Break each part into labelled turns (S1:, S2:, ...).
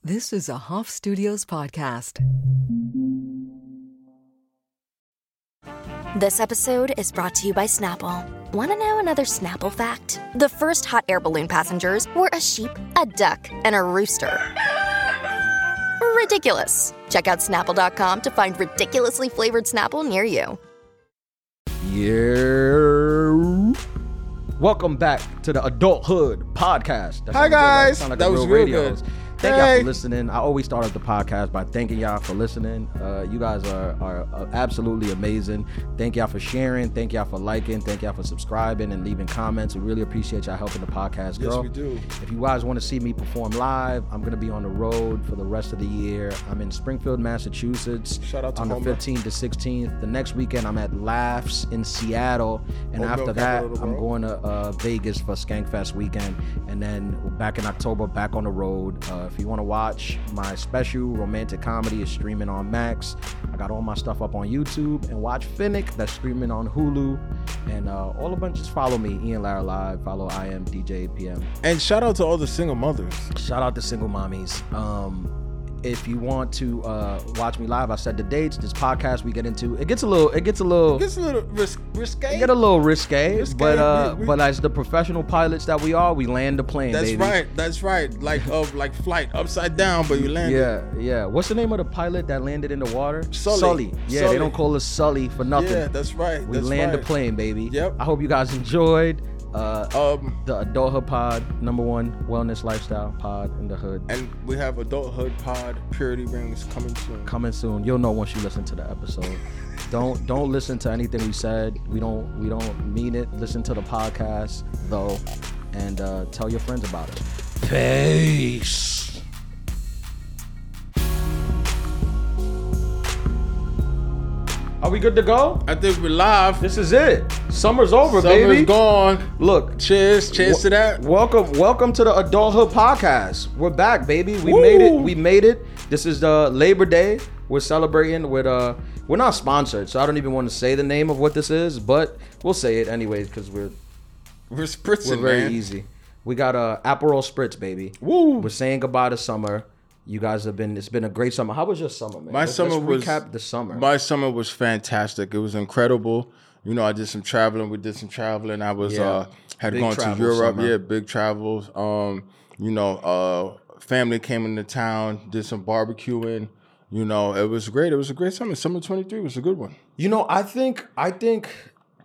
S1: This is a Hoff Studios podcast.
S2: This episode is brought to you by Snapple. Want to know another Snapple fact? The first hot air balloon passengers were a sheep, a duck, and a rooster. Ridiculous. Check out snapple.com to find ridiculously flavored Snapple near you.
S3: Yeah. Welcome back to the Adulthood Podcast. That's
S4: Hi,
S3: how we do it, right?
S4: guys.
S3: Sound like
S4: That
S3: a
S4: was
S3: real
S4: real
S3: radio
S4: good.
S3: host. Thank y'all
S4: Hey.
S3: for listening. I always start up the podcast by thanking y'all for listening. Uh, you guys are, are uh, absolutely amazing. Thank y'all for sharing. Thank y'all for liking. Thank y'all for subscribing and leaving comments. We really appreciate y'all helping the podcast grow.
S4: we do.
S3: If you guys want to see me perform live, I'm going to be on the road for the rest of the year. I'm in Springfield, Massachusetts
S4: Shout out to
S3: on the
S4: Homer.
S3: 15th to 16th. The next weekend, I'm at Laughs in Seattle. And
S4: Hope
S3: after
S4: no
S3: that,
S4: capital,
S3: I'm
S4: bro.
S3: going to uh, Vegas for Skankfest weekend. And then back in October, back on the road. Uh, if you want to watch my special, Romantic Comedy, is streaming on Max. I got all my stuff up on YouTube. And watch Finnick, that's streaming on Hulu. And uh, all a bunch, just follow me, Ian Lara Live. Follow I am DJ PM.
S4: And shout out to all the single mothers.
S3: Shout out to single mommies. Um, if you want to uh, watch me live, I said the dates. This podcast we get into it gets a little it gets a little
S4: It's a little ris- risque.
S3: it get a little risque,
S4: Risque,
S3: but uh,
S4: we- we-
S3: but as the professional pilots that we are, we land the plane.
S4: that's
S3: baby.
S4: right. That's right. Like of like flight upside down, but you land.
S3: Yeah, yeah. What's the name of the pilot that landed in the water?
S4: Sully.
S3: Yeah, they
S4: Sully.
S3: don't call us Sully for nothing.
S4: Yeah, that's right.
S3: we
S4: that's
S3: land
S4: right.
S3: the plane, baby.
S4: Yep.
S3: I hope you guys enjoyed uh,
S4: Um,
S3: the Adulthood Pod, number one wellness lifestyle pod in the hood.
S4: and we have adulthood pod purity rings coming soon.
S3: coming soon. You'll know once you listen to the episode. Don't don't listen to anything we said. We don't we don't mean it. Listen to the podcast though, and uh, tell your friends about it. Peace. Are we good to go?
S4: I think we're live.
S3: This is it. Summer's over,
S4: Summer's
S3: baby.
S4: gone.
S3: Look,
S4: Cheers. Cheers to that.
S3: Welcome, welcome to the Adulthood Podcast. We're back, baby. We
S4: Woo!
S3: made it. We made it. This is the Labor Day. We're celebrating with uh we're not sponsored, so I don't even want to say the name of what this is, but we'll say it anyways, because we're
S4: We're spritzing,
S3: we're very
S4: man.
S3: easy. We got uh Aperol Spritz, baby.
S4: Woo!
S3: We're saying goodbye to summer. You guys have been it's been a great summer. How was your summer, man?
S4: My
S3: Let's-
S4: summer
S3: let's
S4: was
S3: recap the summer.
S4: My summer was fantastic. It was incredible. You know, I did some traveling. We did some traveling. I was
S3: Yeah.
S4: uh had
S3: Big
S4: gone to
S3: travel
S4: Europe.
S3: summer.
S4: Yeah, big travels. Um, you know, uh family came into town, did some barbecuing. You know, it was great. It was a great summer. Summer 23 was a good one.
S3: You know, I think I think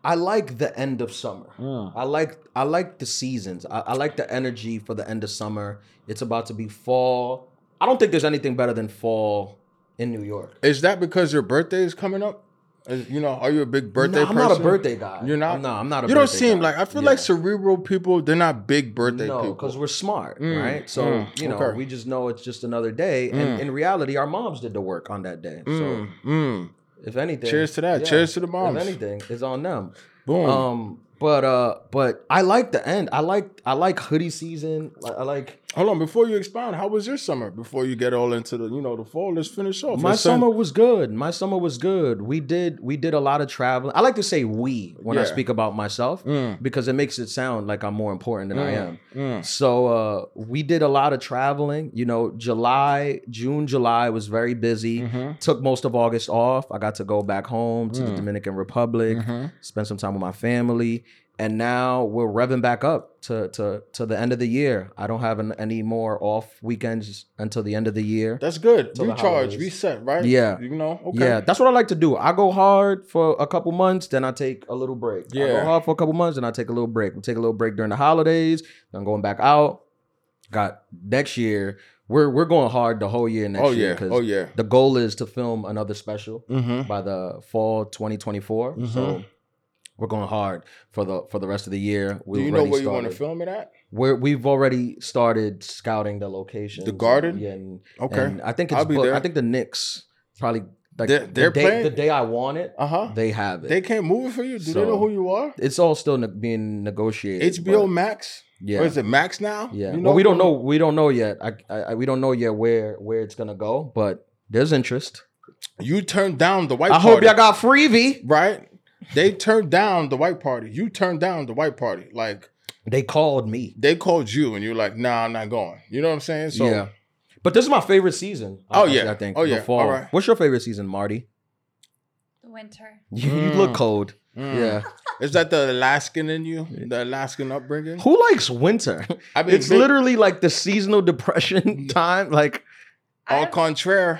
S3: I like the end of summer.
S4: Mm.
S3: I like I like the seasons. I, I like the energy for the end of summer. It's about to be fall. I don't think there's anything better than fall in New York.
S4: Is that because your birthday is coming up? Is- you know, are you a big birthday
S3: No, I'm
S4: person?
S3: not a birthday guy.
S4: You're not?
S3: No, I'm not a
S4: You don't
S3: birthday
S4: seem
S3: guy.
S4: like I feel
S3: Yeah.
S4: like cerebral people, they're not big birthday
S3: No,
S4: people.
S3: because we're smart, right? So
S4: mm,
S3: you know,
S4: okay.
S3: we just know it's just another day. And in reality, our moms did the work on that day. So
S4: Mm.
S3: if anything,
S4: Cheers to that. Cheers to the moms.
S3: If anything, it's on them.
S4: Boom.
S3: Um, but uh, but I like the end. I like I like hoodie season. I, I like
S4: Hold on, before you expound, how was your summer? Before you get all into the, you know, the fall, let's finish off.
S3: my
S4: Let's send-
S3: summer was good. My summer was good. We did we did a lot of traveling. I like to say we when I
S4: Yeah.
S3: speak about myself
S4: Mm.
S3: because it makes it sound like I'm more important than I am.
S4: Mm.
S3: So uh, we did a lot of traveling. You know, July, June, July was very busy.
S4: Mm-hmm.
S3: Took most of August off. I got to go back home to the Dominican Republic,
S4: Mm-hmm.
S3: spend some time with my family, and now we're revving back up to to to the end of the year. I don't have an, any more off weekends until the end of the year.
S4: That's good.
S3: Till the
S4: Recharge,
S3: holidays.
S4: reset, right?
S3: Yeah.
S4: You know, okay.
S3: Yeah, that's what I like to do. I go hard for a couple months, then I take a little break. I go
S4: Yeah.
S3: hard for a couple months, then I take a little break. We take a little break during the holidays. Then I'm going back out. Got next year. We're we're going hard the whole year next
S4: Oh,
S3: year.
S4: yeah.
S3: 'cause
S4: Oh, yeah.
S3: The goal is to film another special
S4: Mm-hmm.
S3: by the fall 2024. So
S4: Mhm.
S3: we're going hard for the for the rest of the year. We
S4: Do you know
S3: already
S4: where you want to
S3: started-
S4: film it at?
S3: We're, we've already started scouting the location.
S4: garden?
S3: Yeah. and-
S4: Okay.
S3: and I think it's
S4: I'll be
S3: booked.
S4: there.
S3: I think the Knicks probably like
S4: They're- they're
S3: the, day,
S4: playing?
S3: the day I want it,
S4: Uh huh.
S3: they have it.
S4: They can't move it for you. Do
S3: So-
S4: they know who you are?
S3: it's all still ne- being negotiated.
S4: HBO
S3: but-
S4: Max?
S3: Yeah.
S4: Or is it Max now?
S3: Yeah.
S4: You
S3: well, we don't know. We don't know yet. I, I, I we don't know yet where where it's gonna go, but there's interest.
S4: You turned down the white
S3: I
S4: party.
S3: hope y'all got freebie.
S4: Right? They turned down the white party. You turned down the white party. Like,
S3: They called me.
S4: they called you and you're like, nah, I'm not going. You know what I'm saying? So,
S3: yeah. But this is my favorite season.
S4: Oh,
S3: honestly,
S4: yeah.
S3: I think.
S4: Oh,
S3: the
S4: yeah.
S3: fall.
S4: All right.
S3: What's your favorite season, Marty?
S5: The winter.
S3: You, you look
S4: Mm.
S3: cold.
S4: Mm. Is that the Alaskan in you? The Alaskan upbringing?
S3: Yeah. Who likes winter?
S4: I mean,
S3: It's
S4: big-
S3: literally like the seasonal
S4: Mm.
S3: depression time. Like
S4: All
S5: I've-
S4: contraire.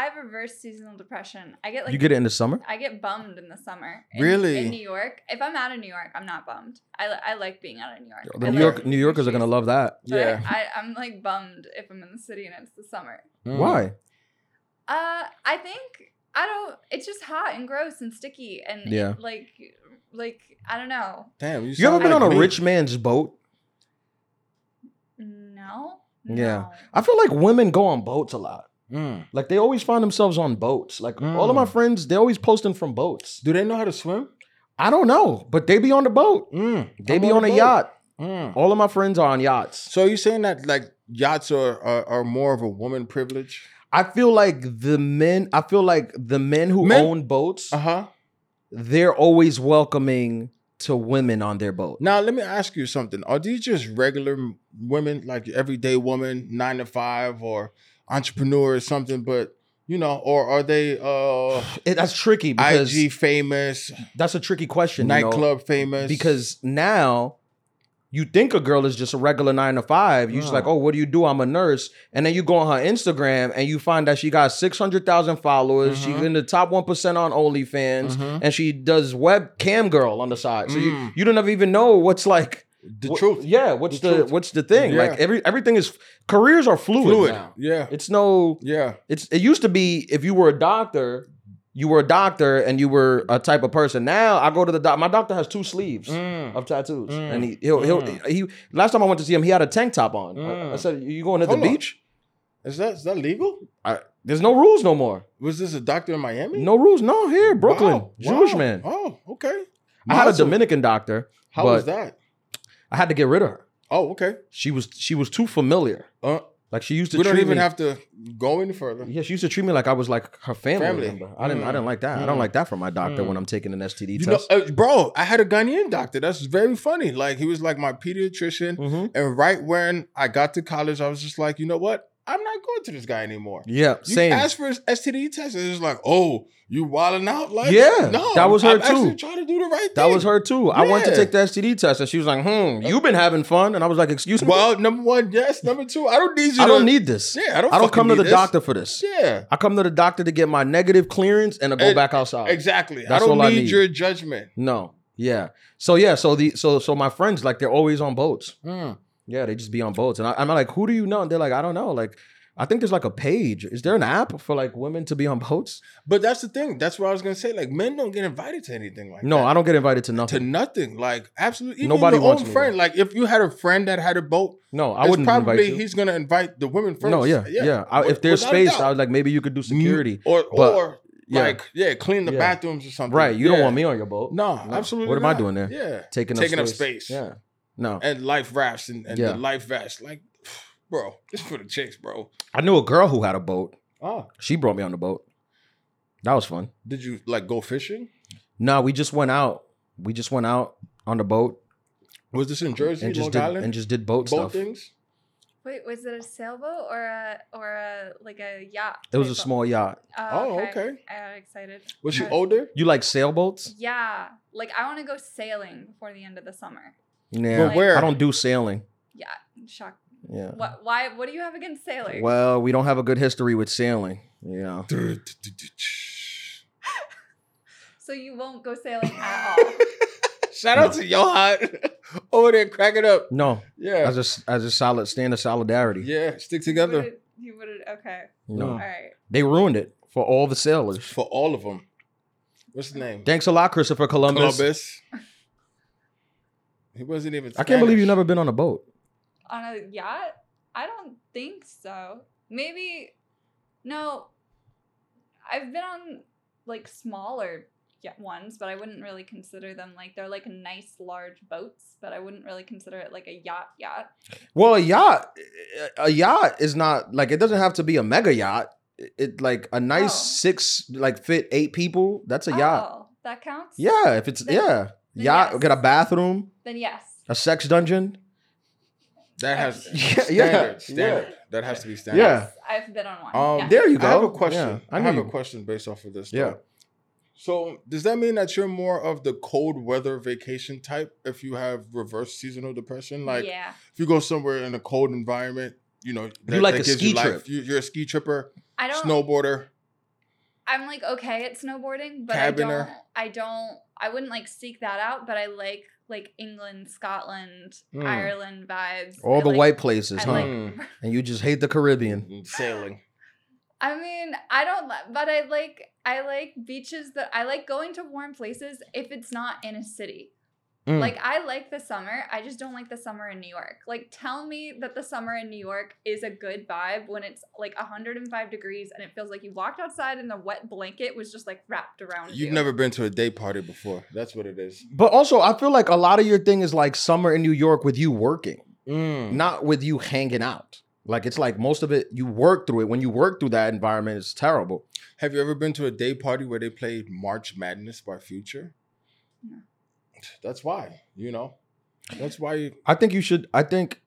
S5: I have reverse seasonal depression. I get like
S3: you get it in the summer.
S5: I get bummed in the summer. In-
S4: Really?
S5: In New York, if I'm out of New York, I'm not bummed. I, li- I like being out of New York. I
S3: The New
S5: like
S3: York New Yorkers are
S5: countries.
S3: gonna love that.
S5: But
S4: Yeah.
S5: I, I'm like bummed if I'm in the city and it's the summer.
S4: Mm.
S3: Why?
S5: Uh, I think I don't. It's just hot and gross and sticky and it,
S3: Yeah.
S5: like like I don't know.
S4: Damn, you,
S3: You ever
S4: sound
S3: been
S4: like
S3: on a
S4: me.
S3: rich man's boat?
S5: No.
S3: Yeah.
S5: No.
S3: I feel like women go on boats a lot.
S4: Mm.
S3: Like they always find themselves on boats. Like all of my
S4: Mm.
S3: friends, they're always posting from boats.
S4: Do they know how to swim?
S3: I don't know, but they be on the boat.
S4: Mm.
S3: They
S4: I'm
S3: be on a
S4: boat.
S3: yacht.
S4: Mm.
S3: All of my friends are on yachts.
S4: So you saying that like yachts are, are are more of a woman privilege?
S3: I feel like the men. I feel like the men who
S4: Men-
S3: own boats,
S4: Uh huh.
S3: they're always welcoming to women on their boat.
S4: Now let me ask you something. Are these just regular m- women, like your everyday woman, nine to five, or entrepreneur or something? But you know, or are they uh
S3: It- that's tricky because
S4: IG famous,
S3: that's a tricky question. you know,
S4: nightclub famous?
S3: because now you think a girl is just a regular nine to five. You just
S4: Yeah.
S3: like, oh, what do you do? I'm a nurse, and then you go on her Instagram and you find that she got six hundred thousand followers. She's
S4: Mhm.
S3: in the top one percent on OnlyFans,
S4: Mhm.
S3: and she does webcam girl on the side. So you
S4: Mm.
S3: you don't ever even know what's like
S4: the
S3: what-
S4: truth,
S3: Yeah, what's
S4: The
S3: the,
S4: truth.
S3: what's the thing? Like
S4: Yeah.
S3: every everything is careers are fluid.
S4: fluid.
S3: now.
S4: Yeah,
S3: It's no
S4: yeah.
S3: it's it used to be if you were a doctor, you were a doctor and you were a type of person. Now I go to the doc. My doctor has two sleeves
S4: Mm.
S3: of tattoos,
S4: Mm.
S3: and he he'll, he'll
S4: Mm.
S3: he. Last time I went to see him, he had a tank top on. I- I,
S4: Mm.
S3: said, "You going to the
S4: Hold on.
S3: beach?
S4: Is that is that legal?
S3: There's no rules no more.
S4: Was this a doctor in Miami?
S3: No rules. No here, Brooklyn,
S4: Wow,
S3: Jewish
S4: wow.
S3: man.
S4: Oh, okay.
S3: I had a
S4: Awesome.
S3: Dominican doctor.
S4: How
S3: but
S4: was that?
S3: I had to get rid of her.
S4: Oh, okay.
S3: She was she was too familiar.
S4: Uh,
S3: Like she used to.
S4: we don't
S3: treat
S4: even
S3: me-
S4: have to go any further.
S3: Yeah, she used to treat me like I was like her family,
S4: Family.
S3: member. I didn't. I
S4: Mm.
S3: didn't like that. I don't
S4: Mm.
S3: like that from my doctor
S4: Mm.
S3: when I'm taking an STD
S4: You know,
S3: test.
S4: uh, bro, I had a Ghanaian doctor. That's very funny. Like he was like my pediatrician,
S3: hmm
S4: and right when I got to college, I was just like, you know what? I'm not going to this guy anymore.
S3: Yeah,
S4: You
S3: same.
S4: asked for his STD test, and it's like, oh, you wilding out, like
S3: Yeah, that was her
S4: I'm actually
S3: too.
S4: Trying to do the right
S3: That
S4: thing.
S3: was her too. I went to
S4: Yeah.
S3: take the STD test, and she was like, "Hmm, you've been having fun," and I was like, "Excuse me,
S4: Well, number one, yes. Number two, I don't need you.
S3: I
S4: to-
S3: don't need this.
S4: Yeah, I don't.
S3: I don't
S4: fucking
S3: come to
S4: need
S3: the
S4: this.
S3: doctor for this.
S4: Yeah,
S3: I come to the doctor to get my negative clearance and to go
S4: And-
S3: back outside.
S4: exactly.
S3: That's
S4: I don't
S3: all I
S4: need,
S3: need.
S4: your judgment.
S3: No, yeah. So yeah, so the so so my friends like they're always on boats. Yeah, they just be on boats, and I, I'm like, "Who do you know?" And they're like, "I don't know." Like, I think there's like a page. Is there an app for like women to be on boats?
S4: But that's the thing. That's what I was gonna say. Like, men don't get invited to anything like
S3: No,
S4: that.
S3: I don't get invited to
S4: to
S3: nothing.
S4: nothing. Like, absolutely. Even
S3: Nobody
S4: Nobody your
S3: wants
S4: own
S3: me.
S4: friend. Like, if you had a friend that had a boat,
S3: no, I
S4: it's
S3: wouldn't
S4: probably
S3: invite you.
S4: he's gonna invite the women first.
S3: no, yeah, yeah. I, if
S4: With-
S3: there's
S4: without
S3: space,
S4: doubt.
S3: I was like, maybe you could do security.
S4: or
S3: but-
S4: or
S3: yeah.
S4: like yeah, clean the
S3: Yeah.
S4: bathrooms or something.
S3: Right. You don't
S4: Yeah.
S3: want me on your boat.
S4: No, absolutely.
S3: What am I
S4: not.
S3: doing there?
S4: Yeah,
S3: Taking,
S4: Taking
S3: up
S4: up
S3: space.
S4: space.
S3: Yeah. No.
S4: and life rafts and, and
S3: Yeah.
S4: the life vests. Like, bro, it's for the chicks, bro.
S3: I knew a girl who had a boat.
S4: Oh,
S3: She brought me on the boat. That was fun.
S4: did you like go fishing?
S3: No, we just went out. We just went out on the boat
S4: Was this in Jersey,
S3: and just
S4: Long
S3: did
S4: Island?
S3: and just did boat,
S4: boat
S3: stuff.
S4: things.
S5: Wait, was it a sailboat or a or a like a yacht?
S3: It was
S5: type
S3: a
S5: of-
S3: small yacht.
S4: Oh, okay.
S5: I got excited.
S4: Was she
S5: Uh,
S4: older?
S3: You like sailboats?
S5: Yeah, like I want to go sailing before the end of the summer.
S3: Yeah.
S5: Like-
S4: where?
S3: I don't do sailing.
S5: Yeah, shock.
S3: Yeah.
S5: What? Why? What do you have against sailing?
S3: Well, we don't have a good history with sailing. Yeah.
S5: So you won't go sailing at all.
S4: Shout out to Johan over there cracking up.
S3: No.
S4: Yeah,
S3: As a s- as a solid stand of solidarity.
S4: yeah, stick
S5: You
S4: together
S5: wouldn't- You would have. Okay.
S3: No.
S5: All right.
S3: They ruined it for all the sailors.
S4: for all of them. What's his name?
S3: Thanks a lot, Christopher Columbus.
S4: Columbus. He wasn't even.
S3: I can't believe you
S4: Spanish.
S3: never been on a boat.
S5: On a yacht? I don't think so. Maybe. No. I've been on like smaller ya- ones, but I wouldn't really consider them like they're like nice large boats, but I wouldn't really consider it like a yacht yacht.
S3: Well, a yacht, a yacht is not like it doesn't have to be a mega yacht. It, it, like a nice
S5: Oh.
S3: six, like fit eight people. That's a yacht.
S5: Oh, that counts.
S3: Yeah, if it's
S5: Then-
S3: yeah,
S5: then
S3: yacht.
S5: yes.
S3: Get a bathroom,
S5: Then yes.
S3: a sex dungeon.
S4: That has
S3: Yeah,
S4: standard,
S3: yeah,
S4: standard.
S3: yeah.
S4: That has to be standard.
S3: Yeah.
S5: I've been on one.
S4: Um,
S5: yeah.
S3: There you go.
S4: I have a question.
S3: Yeah,
S4: I,
S3: knew
S4: have
S3: you-
S4: a question based off of this.
S3: Yeah.
S4: though. So does that mean that you're more of the cold weather vacation type if you have reverse seasonal depression? Like
S5: yeah.
S4: if you go somewhere in a cold environment, you know, that,
S3: like
S4: that
S3: a ski
S4: life.
S3: trip.
S4: You, you're a ski tripper,
S5: I don't.
S4: snowboarder.
S5: I'm like okay at snowboarding, but
S4: Cabiner.
S5: I don't. I don't. I wouldn't like seek that out, but I like like England, Scotland,
S4: Mm.
S5: Ireland vibes.
S3: Hmm. All
S5: I
S3: the
S5: like-
S3: white places,
S5: I
S3: huh? Hmm.
S5: like-
S4: Mm.
S3: And you just hate the Caribbean.
S4: Sailing.
S5: I mean, I don't. li- But I like. I like beaches that I like going to warm places if it's not in a city.
S3: Mm.
S5: Like I like the summer. I just don't like the summer in New York. Like tell me that the summer in New York is a good vibe when it's like 105 degrees and it feels like you walked outside and the wet blanket was just like wrapped around you.
S4: You've never been to a day party before. That's what it is.
S3: But also, I feel like a lot of your thing is like summer in New York with you working,
S4: Mm.
S3: not with you hanging out. Like it's like most of it you work through it. When you work through that environment, it's terrible.
S4: Have you ever been to a day party where they played March Madness by Future?
S5: No.
S4: That's why, you know. That's why you,
S3: I think you should. I think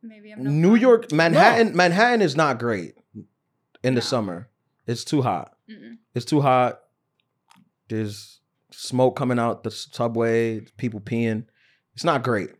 S5: Maybe I'm not
S3: New
S5: fine.
S3: York, Manhattan, Manhattan is not great in the
S5: No.
S3: summer. It's too hot.
S5: Mm-mm.
S3: It's too hot. There's smoke coming out the subway. People peeing. It's not great.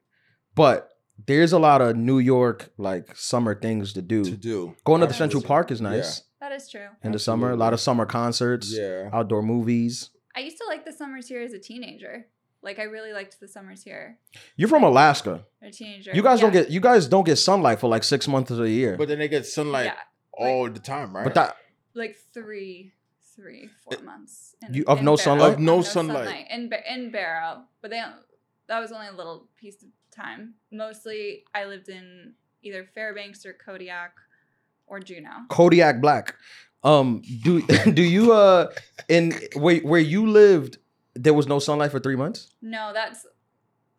S3: But there's a lot of New York like summer things to do.
S4: to do.
S3: Going to the
S5: Absolutely.
S3: Central Park is nice
S5: That is true.
S3: in the summer. A lot of
S4: Absolutely.
S3: summer concerts,
S4: Yeah.
S3: outdoor movies.
S5: I used to like the summers here as a teenager. Like I really liked the summers here.
S3: You're from Alaska.
S5: As a teenager.
S3: You guys don't
S5: Yeah.
S3: get you guys don't get sunlight for like six months of the year.
S4: But then they get sunlight
S5: yeah,
S4: all the time, right?
S3: but that
S5: like three, three, four months. in-
S3: You- of
S5: in
S3: no
S5: Barrow.
S3: sunlight?
S4: Eh, Of no sunlight.
S5: in Ba- in Barrow, but they don't- that was only a little piece of time. Mostly, I lived in either Fairbanks or Kodiak or Juneau.
S3: Kodiak Black. Um, do do you uh in where where you lived there was no sunlight for three months?
S5: No, that's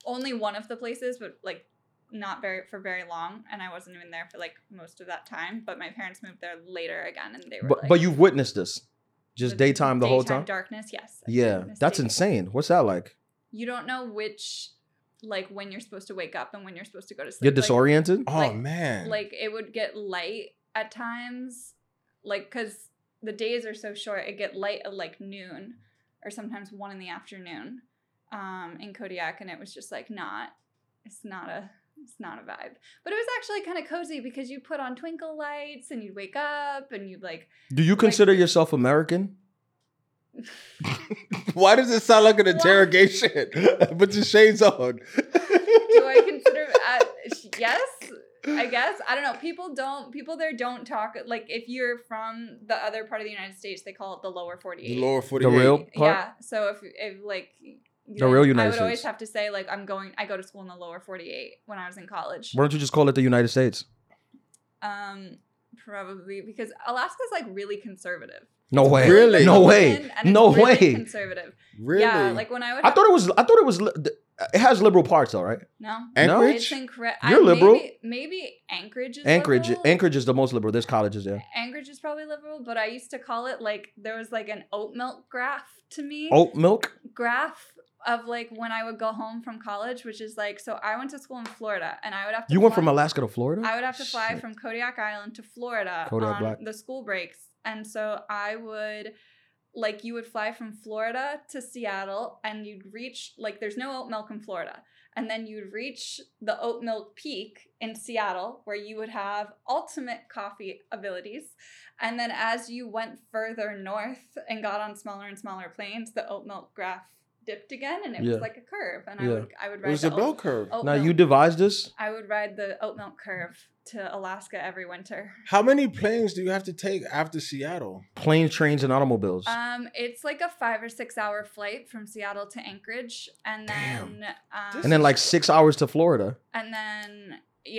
S5: only one of the places, but like not very for very long. And I wasn't even there for like most of that time. But my parents moved there later again, and they were.
S3: But
S5: like,
S3: but you've witnessed this, just
S5: the
S3: daytime the whole
S5: daytime
S3: time.
S5: Darkness, yes. I've
S3: Yeah,
S5: witnessed
S3: that's
S5: daytime.
S3: insane. What's that like?
S5: You don't know which, like when you're supposed to wake up and when you're supposed to go to sleep.
S3: You're
S5: Like,
S3: disoriented.
S4: oh
S5: like-
S4: man.
S5: like it would get light at times like because the days are so short it get light at like noon or sometimes one in the afternoon um in kodiak and it was just like not it's not a it's not a vibe but it was actually kind of cozy because you put on twinkle lights and you'd wake up and you'd like
S3: Do you consider yourself American?
S4: why does it sound like an
S5: Why?
S4: interrogation? Put your shades on.
S5: do i consider uh, yes I guess I don't know. People don't. People there don't talk like if you're from the other part of the United States, they call it the lower
S4: the
S5: forty-eight.
S4: lower 48.
S3: real- part?
S5: Yeah. So if if like you
S3: The real United
S5: I would always
S3: States.
S5: have to say like I'm going. I go to school in the lower 48 when I was in college.
S3: Why don't you just call it the United States?
S5: Um, probably because Alaska's like really conservative.
S3: No way.
S4: Really?
S3: No
S5: Open
S3: way.
S5: and it's
S3: No
S5: really
S3: way.
S5: Conservative.
S4: Really?
S5: Yeah. Like when I would.
S3: I thought it was. I thought it was. li- It has liberal parts though, right?
S5: no.
S4: Anchorage?
S5: It's incre- I-
S3: You're liberal.
S5: Maybe, maybe Anchorage is
S3: Anchorage.
S5: liberal.
S3: Anchorage is the most liberal. There's colleges there.
S5: Anchorage is probably liberal, but I used to call it like there was like an oat milk graph to me.
S3: Oat milk.
S5: graph of like when I would go home from college, which is like so I went to school in Florida and I would have to
S3: You went
S5: fly-
S3: from Alaska to Florida.
S5: I would have to fly
S3: Shit.
S5: from Kodiak Island to Florida
S3: Kodiak
S5: on
S3: Black.
S5: the school breaks. And so I would like you would fly from Florida to Seattle and you'd reach like there's no oat milk in Florida. And then you'd reach the oat milk peak in Seattle where you would have ultimate coffee abilities. And then as you went further north and got on smaller and smaller planes, the oat milk graph dipped again and it
S3: Yeah.
S5: was like a curve. And
S3: Yeah.
S5: I would I would
S4: it
S5: ride
S4: was
S5: the
S4: a bell
S5: oat-
S4: curve.
S5: oat
S3: Now
S5: milk.
S3: you devised this.
S5: I would ride the oat milk curve to Alaska every winter.
S4: How many planes do you have to take after Seattle?
S3: Planes, trains, and automobiles.
S5: Um, it's like a five or six hour flight from Seattle to Anchorage, and
S4: Damn.
S5: then um,
S3: and then like six hours to Florida.
S5: and then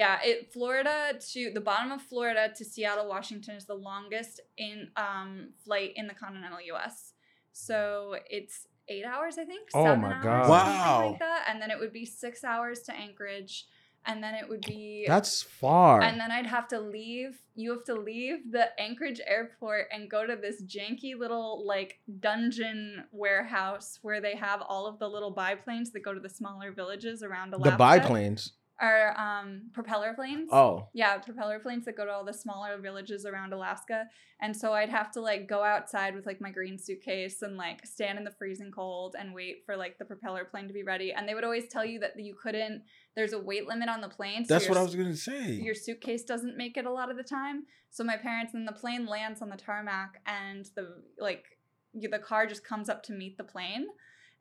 S5: yeah, it Florida to the bottom of Florida to Seattle, Washington is the longest in um flight in the continental U.S. So it's eight hours, I think.
S3: Oh
S5: seven
S3: my
S5: hours,
S3: God.
S5: something
S4: Wow.
S5: Like that, and then it would be six hours to Anchorage, and then it would be
S3: That's far.
S5: And then I'd have to leave. You have to leave the Anchorage airport and go to this janky little like dungeon warehouse where they have all of the little biplanes that go to the smaller villages around Alaska.
S3: the biplanes.
S5: are um, propeller planes.
S3: Oh,
S5: Yeah, propeller planes that go to all the smaller villages around Alaska. And so I'd have to like go outside with like my green suitcase and like stand in the freezing cold and wait for like the propeller plane to be ready. And they would always tell you that you couldn't, there's a weight limit on the plane.
S4: That's
S5: your-
S4: what I was gonna say.
S5: your suitcase doesn't make it a lot of the time. So my parents and the plane lands on the tarmac and the like y- the car just comes up to meet the plane.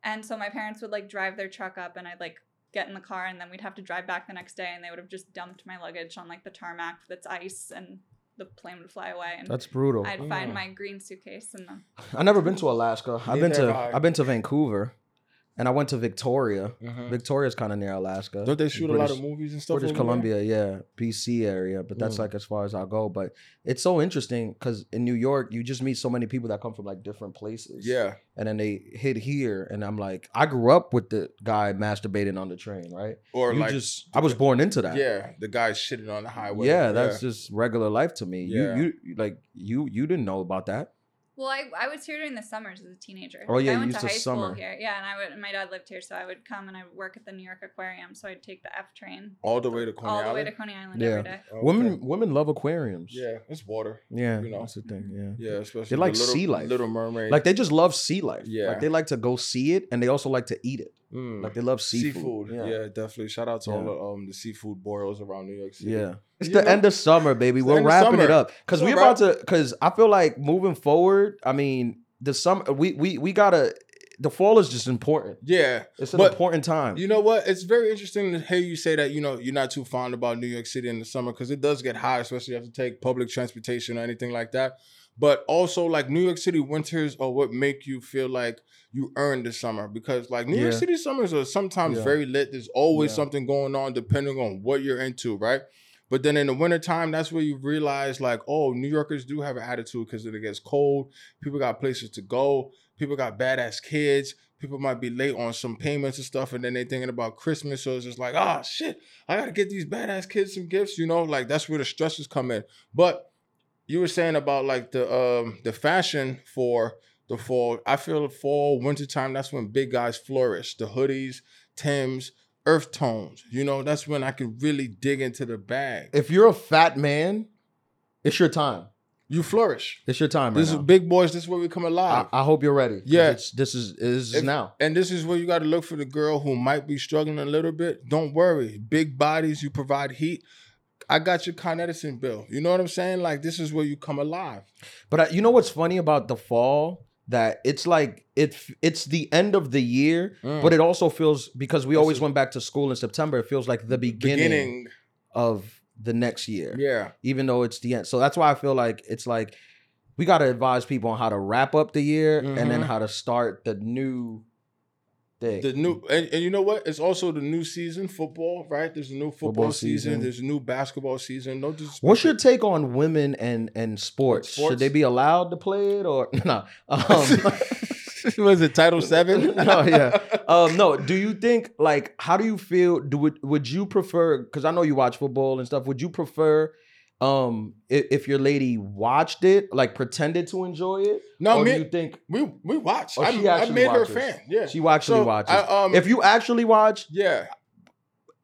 S5: And so my parents would like drive their truck up and I'd like get in the car and then we'd have to drive back the next day and they would have just dumped my luggage on like the tarmac that's ice and the plane would fly away and
S3: that's brutal.
S5: I'd find
S4: Mm.
S5: my green suitcase and the
S3: I've never been to Alaska. I've been
S4: Neither
S3: to
S4: have I.
S3: I've been to Vancouver, and I went to Victoria.
S4: Mhm.
S3: Victoria's kind of near Alaska.
S4: Don't they shoot a lot of
S3: British-
S4: movies and stuff?
S3: British
S4: over there?
S3: Columbia, yeah, BC area, but that's
S4: Mm.
S3: like as far as I'll go. But it's so interesting because in New York, you just meet so many people that come from like different places.
S4: Yeah.
S3: and then they hit here, and I'm like, I grew up with the guy masturbating on the train, right?
S4: Or
S3: you
S4: like
S3: just, I was born into that.
S4: Yeah, the guy shitting on the highway.
S3: yeah, that's just regular life to me.
S4: Yeah.
S3: You, you like you, you didn't know about that.
S5: Well, I, I was here during the summers as a teenager.
S3: Oh, yeah,
S5: I
S3: you
S5: went
S3: used
S5: to
S3: to
S5: high
S3: summer.
S5: school here. Yeah, and I would and my dad lived here, so I would come and I would work at the New York Aquarium. So I'd take the F train
S4: all the way to Coney
S5: all the way
S4: Island.
S5: to Coney Island
S3: Yeah.
S5: every day.
S4: Okay.
S3: Women, women love aquariums.
S4: Yeah, it's water.
S3: yeah,
S4: You know.
S3: that's the thing. Yeah,
S4: Yeah, especially
S3: They like
S4: the little,
S3: sea life.
S4: Little Mermaid,
S3: Like they just love sea life.
S4: Yeah.
S3: Like they like to go see it and they also like to eat it.
S4: Mm.
S3: Like they love seafood.
S4: seafood. Yeah. definitely. Shout out to all
S3: Yeah.
S4: the um the seafood boils around New York City.
S3: Yeah. It's
S4: You
S3: the
S4: know?
S3: end of summer, baby.
S4: It's the
S3: We're
S4: end of
S3: wrapping it
S4: summer.
S3: up. Cause
S4: Yeah,
S3: we're
S4: bro.
S3: about to cause I feel like moving forward, I mean, the summer we we we gotta the fall is just important.
S4: Yeah,
S3: It's an
S4: But
S3: important time.
S4: you know what? It's very interesting to hear you say that. You know, you're not too fond about New York City in the summer because it does get hot, especially if you have to take public transportation or anything like that. But also, like New York City winters are what make you feel like you earned the summer because, like, New York
S3: Yeah.
S4: City summers are sometimes
S3: Yeah.
S4: very lit. There's always
S3: Yeah.
S4: something going on, depending on what you're into, right? But then in the wintertime, that's where you realize, like, oh, New Yorkers do have an attitude because it gets cold. People got places to go. People got badass kids. People might be late on some payments and stuff, and then they thinking about Christmas. So it's just like, ah, shit, I gotta get these badass kids some gifts. You know, like that's where the stresses come in. But you were saying about like the um the fashion for the fall. I feel fall, wintertime, that's when big guys flourish. The hoodies, Tim's, earth tones. You know, that's when I can really dig into the bag.
S3: if you're a fat man, it's your time.
S4: you flourish.
S3: It's your time. Right
S4: This is
S3: now.
S4: big boys, this is where we come alive.
S3: I, I hope you're ready. 'cause
S4: Yeah.
S3: it's- this is this is
S4: If-
S3: now.
S4: And this is where you got to look for the girl who might be struggling a little bit. Don't worry. Big bodies, you provide heat. I got your Con Edison bill. You know what I'm saying? Like, this is where you come alive.
S3: But I, you know what's funny about the fall? That it's like it f- it's the end of the year,
S4: Mm.
S3: but it also feels because we
S4: This
S3: always
S4: is-
S3: went back to school in September. It feels like the beginning,
S4: Beginning.
S3: of the next year,
S4: Yeah.
S3: even though it's the end. So that's why I feel like it's like we got to advise people on how to wrap up the year and then
S4: Mhm.
S3: how to start the new thing.
S4: The new and, and you know what? It's also the new season football, right? There's a new football,
S3: Football
S4: season.
S3: season.
S4: There's a new basketball season. No disrespect.
S3: What's your
S4: to-
S3: take on women and and sports?
S4: Sports?
S3: Should they be allowed to play it or no? Um,
S4: was it Title Seven?
S3: No, yeah. um, no. Do you think like how do you feel? Do would would you prefer? Because I know you watch football and stuff. Would you prefer um if, if your lady watched it, like pretended to enjoy it?
S4: No,
S3: or
S4: me-
S3: do Oh, you think
S4: We we watch.
S3: Oh,
S4: I,
S3: she
S4: I
S3: actually
S4: made
S3: watches.
S4: her a fan. Yeah,
S3: she actually
S4: So,
S3: watches?
S4: I, um,
S3: if you actually watch,
S4: yeah,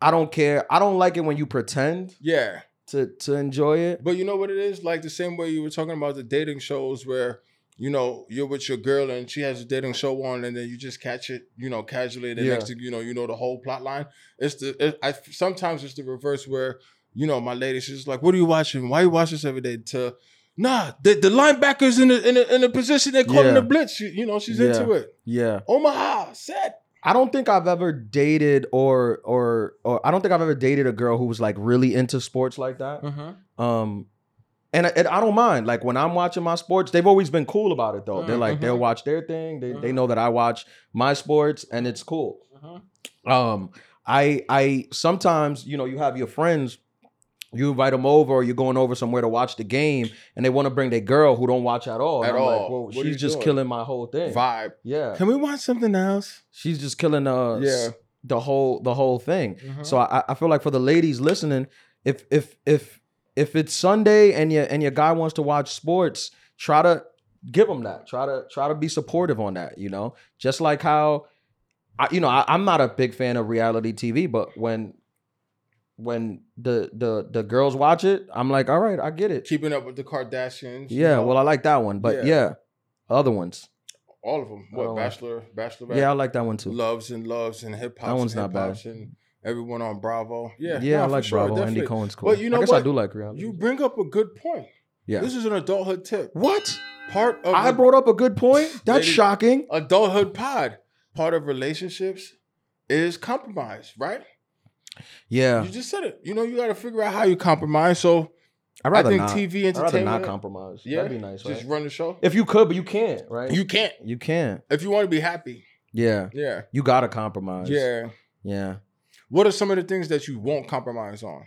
S3: I don't care. I don't like it when you pretend
S4: yeah.
S3: to to enjoy it.
S4: But you know what it is? Like the same way you were talking about the dating shows where, you know, you're with your girl and she has a dating show on and then you just catch it, you know, casually. And the
S3: Yeah.
S4: next thing you know, you know the whole plot line. It's the, it, I, sometimes it's the reverse where, you know, my lady, she's like, what are you watching? Why you watch this every day? To, nah, the, the linebacker's in the, in the, in the position they're calling
S3: Yeah.
S4: the blitz. She, you know, she's into
S3: Yeah.
S4: it.
S3: Yeah,
S4: Omaha, set.
S3: I don't think I've ever dated or or or I don't think I've ever dated a girl who was like really into sports like that. Um, and I, and I don't mind. Like when I'm watching my sports, they've always been cool about it though. They're like
S4: Mhm.
S3: they'll watch their thing. They they
S4: Mhm.
S3: know that I watch my sports, and it's cool. Um, I I sometimes you know you have your friends. You invite them over, or you're going over somewhere to watch the game, and they want to bring their girl who don't watch at all. And
S4: At
S3: I'm
S4: all.
S3: like, well,
S4: What are you
S3: she's just
S4: doing?
S3: killing my whole thing.
S4: Vibe.
S3: Yeah,
S4: Can we watch something else?
S3: she's just killing uh
S4: Yeah. Mm-hmm.
S3: s- the whole the whole thing. So I, I feel like for the ladies listening, if if if if it's Sunday and your and your guy wants to watch sports, try to give him that. Try to try to be supportive on that. You know, just like how, I you know I, I'm not a big fan of reality TV, but when when the the the girls watch it, I'm like, all right, I get it.
S4: Keeping up with the Kardashians. you
S3: yeah,
S4: know,
S3: well, I like that one, but
S4: Yeah.
S3: yeah, other ones.
S4: all of them.
S3: I
S4: What
S3: don't like-
S4: Bachelor, Bachelorette.
S3: Yeah, I like that one too.
S4: loves and loves and hip hop.
S3: That one's not bad.
S4: And everyone on Bravo. Yeah,
S3: yeah,
S4: nah,
S3: I
S4: for
S3: like
S4: sure,
S3: Bravo. Andy
S4: definitely.
S3: Cohen's cool.
S4: But you know
S3: I guess I
S4: what?
S3: do like reality.
S4: You bring up a good point.
S3: yeah.
S4: This is an adulthood tip.
S3: what?
S4: Part of
S3: I
S4: ad-
S3: brought up a good point. That's
S4: Lady-
S3: shocking.
S4: adulthood pod. Part of relationships is compromise, right?
S3: Yeah,
S4: You just said it. You know, you got to figure out how you compromise. So
S3: I'd
S4: I
S3: rather
S4: think
S3: not.
S4: TV
S3: I'd rather
S4: entertainment.
S3: not compromise.
S4: yeah,
S3: That'd be nice,
S4: Just
S3: right?
S4: run the show.
S3: If you could, but you can't, right?
S4: you can't,
S3: you can't.
S4: if you want to be happy,
S3: Yeah,
S4: yeah,
S3: you gotta compromise.
S4: yeah.
S3: yeah.
S4: What are some of the things that you won't compromise on?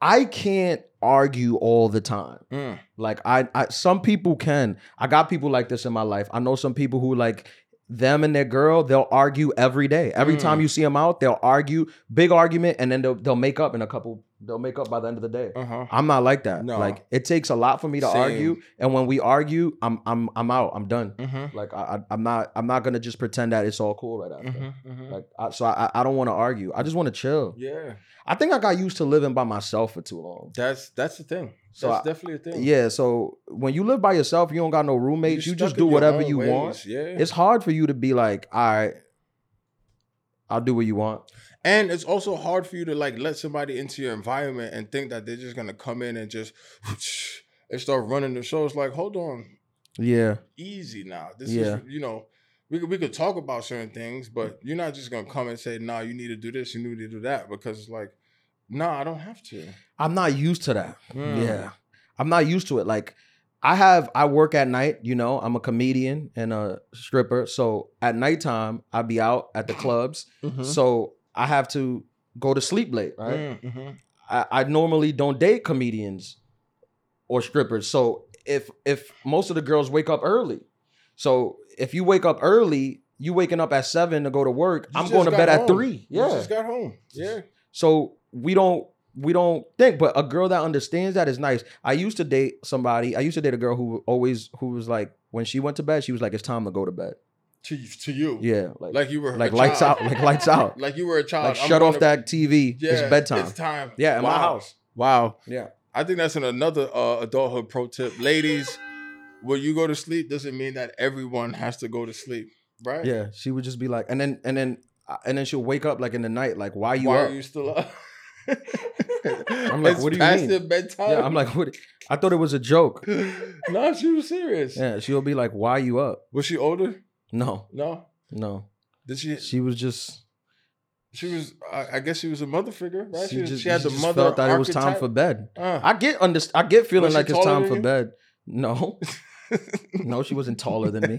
S3: I can't argue all the time.
S4: Mm.
S3: Like I, I some people can. I got people like this in my life. I know some people who like them and their girl, they'll argue every day. Every
S4: Mm.
S3: time you see them out, they'll argue, big argument, and then they'll they'll make up in a couple, they'll make up by the end of the day.
S4: Uh huh.
S3: I'm not like that.
S4: No.
S3: Like it takes a lot for me to
S4: Same.
S3: argue. And when we argue, I'm I'm I'm out. I'm done.
S4: Mm-hmm.
S3: Like I, I I'm not I'm not gonna just pretend that it's all cool right after.
S4: Mm-hmm. hmm
S3: Like I, so I I don't want to argue. I just want to chill.
S4: Yeah,
S3: I think I got used to living by myself for too long.
S4: that's that's the thing.
S3: So
S4: that's
S3: I-
S4: definitely a thing.
S3: Yeah, so when you live by yourself, you don't got no roommates.
S4: You're
S3: You just
S4: stuck
S3: do
S4: in your
S3: whatever
S4: own
S3: you
S4: ways,
S3: want.
S4: Yeah,
S3: It's hard for you to be like, all right, I'll do what you want.
S4: and it's also hard for you to like let somebody into your environment and think that they're just gonna come in and just and start running the show. It's like, hold on,
S3: Yeah,
S4: easy now. This
S3: Yeah.
S4: is you know. We could, we could talk about certain things, but you're not just gonna come and say, "Nah, you need to do this, you need to do that," because it's like, "Nah, I don't have to."
S3: I'm not used to that.
S4: Mm.
S3: Yeah, I'm not used to it. Like, I have I work at night. You know, I'm a comedian and a stripper. So at nighttime, I be out at the
S4: Mm-hmm.
S3: clubs. So I have to go to sleep late. Mm-hmm. Right. Mm-hmm.
S4: Mm, mhm.
S3: I, I normally don't date comedians or strippers. So if if most of the girls wake up early, so if you wake up early, you waking up at seven to go to work.
S4: You
S3: I'm
S4: just
S3: going to
S4: got
S3: bed at
S4: home.
S3: three.
S4: You
S3: Yeah.
S4: just got home. Yeah.
S3: so we don't we don't think, but a girl that understands that is nice. I used to date somebody. I used to date a girl who always who was like when she went to bed, she was like, "It's time to go to bed."
S4: To to you.
S3: Yeah, like like,
S4: Like you were a
S3: lights
S4: child.
S3: out, like lights out,
S4: Like you were a child.
S3: like
S4: I'm
S3: shut off
S4: gonna-
S3: that TV. it's bedtime.
S4: It's time.
S3: Yeah, in my house.
S4: Wow.
S3: yeah,
S4: I think that's an, another uh, adulthood pro tip. Ladies, when you go to sleep, doesn't mean that everyone has to go to sleep, right?
S3: Yeah, she would just be like, and then and then and then she'll wake up like in the night, like, why you
S4: Why
S3: up?
S4: are you still up?
S3: I'm like,
S4: it's
S3: what do you
S4: past
S3: mean?
S4: their bedtime.
S3: yeah, I'm like, what? I thought it was a joke.
S4: no, she was serious.
S3: Yeah, she'll be like, why you up?
S4: Was she older?
S3: No,
S4: No.
S3: no,
S4: Did she? She,
S3: she was just
S4: was. I, I guess she was a mother figure, right? She,
S3: she,
S4: was-
S3: just,
S4: she had
S3: she
S4: the
S3: just
S4: mother.
S3: felt that it was time for
S4: archetype.
S3: bed.
S4: Uh,
S3: I get under, I get feeling
S4: Was she
S3: like it's
S4: taller
S3: time
S4: than
S3: for
S4: you?
S3: bed. No, no, she wasn't taller than me.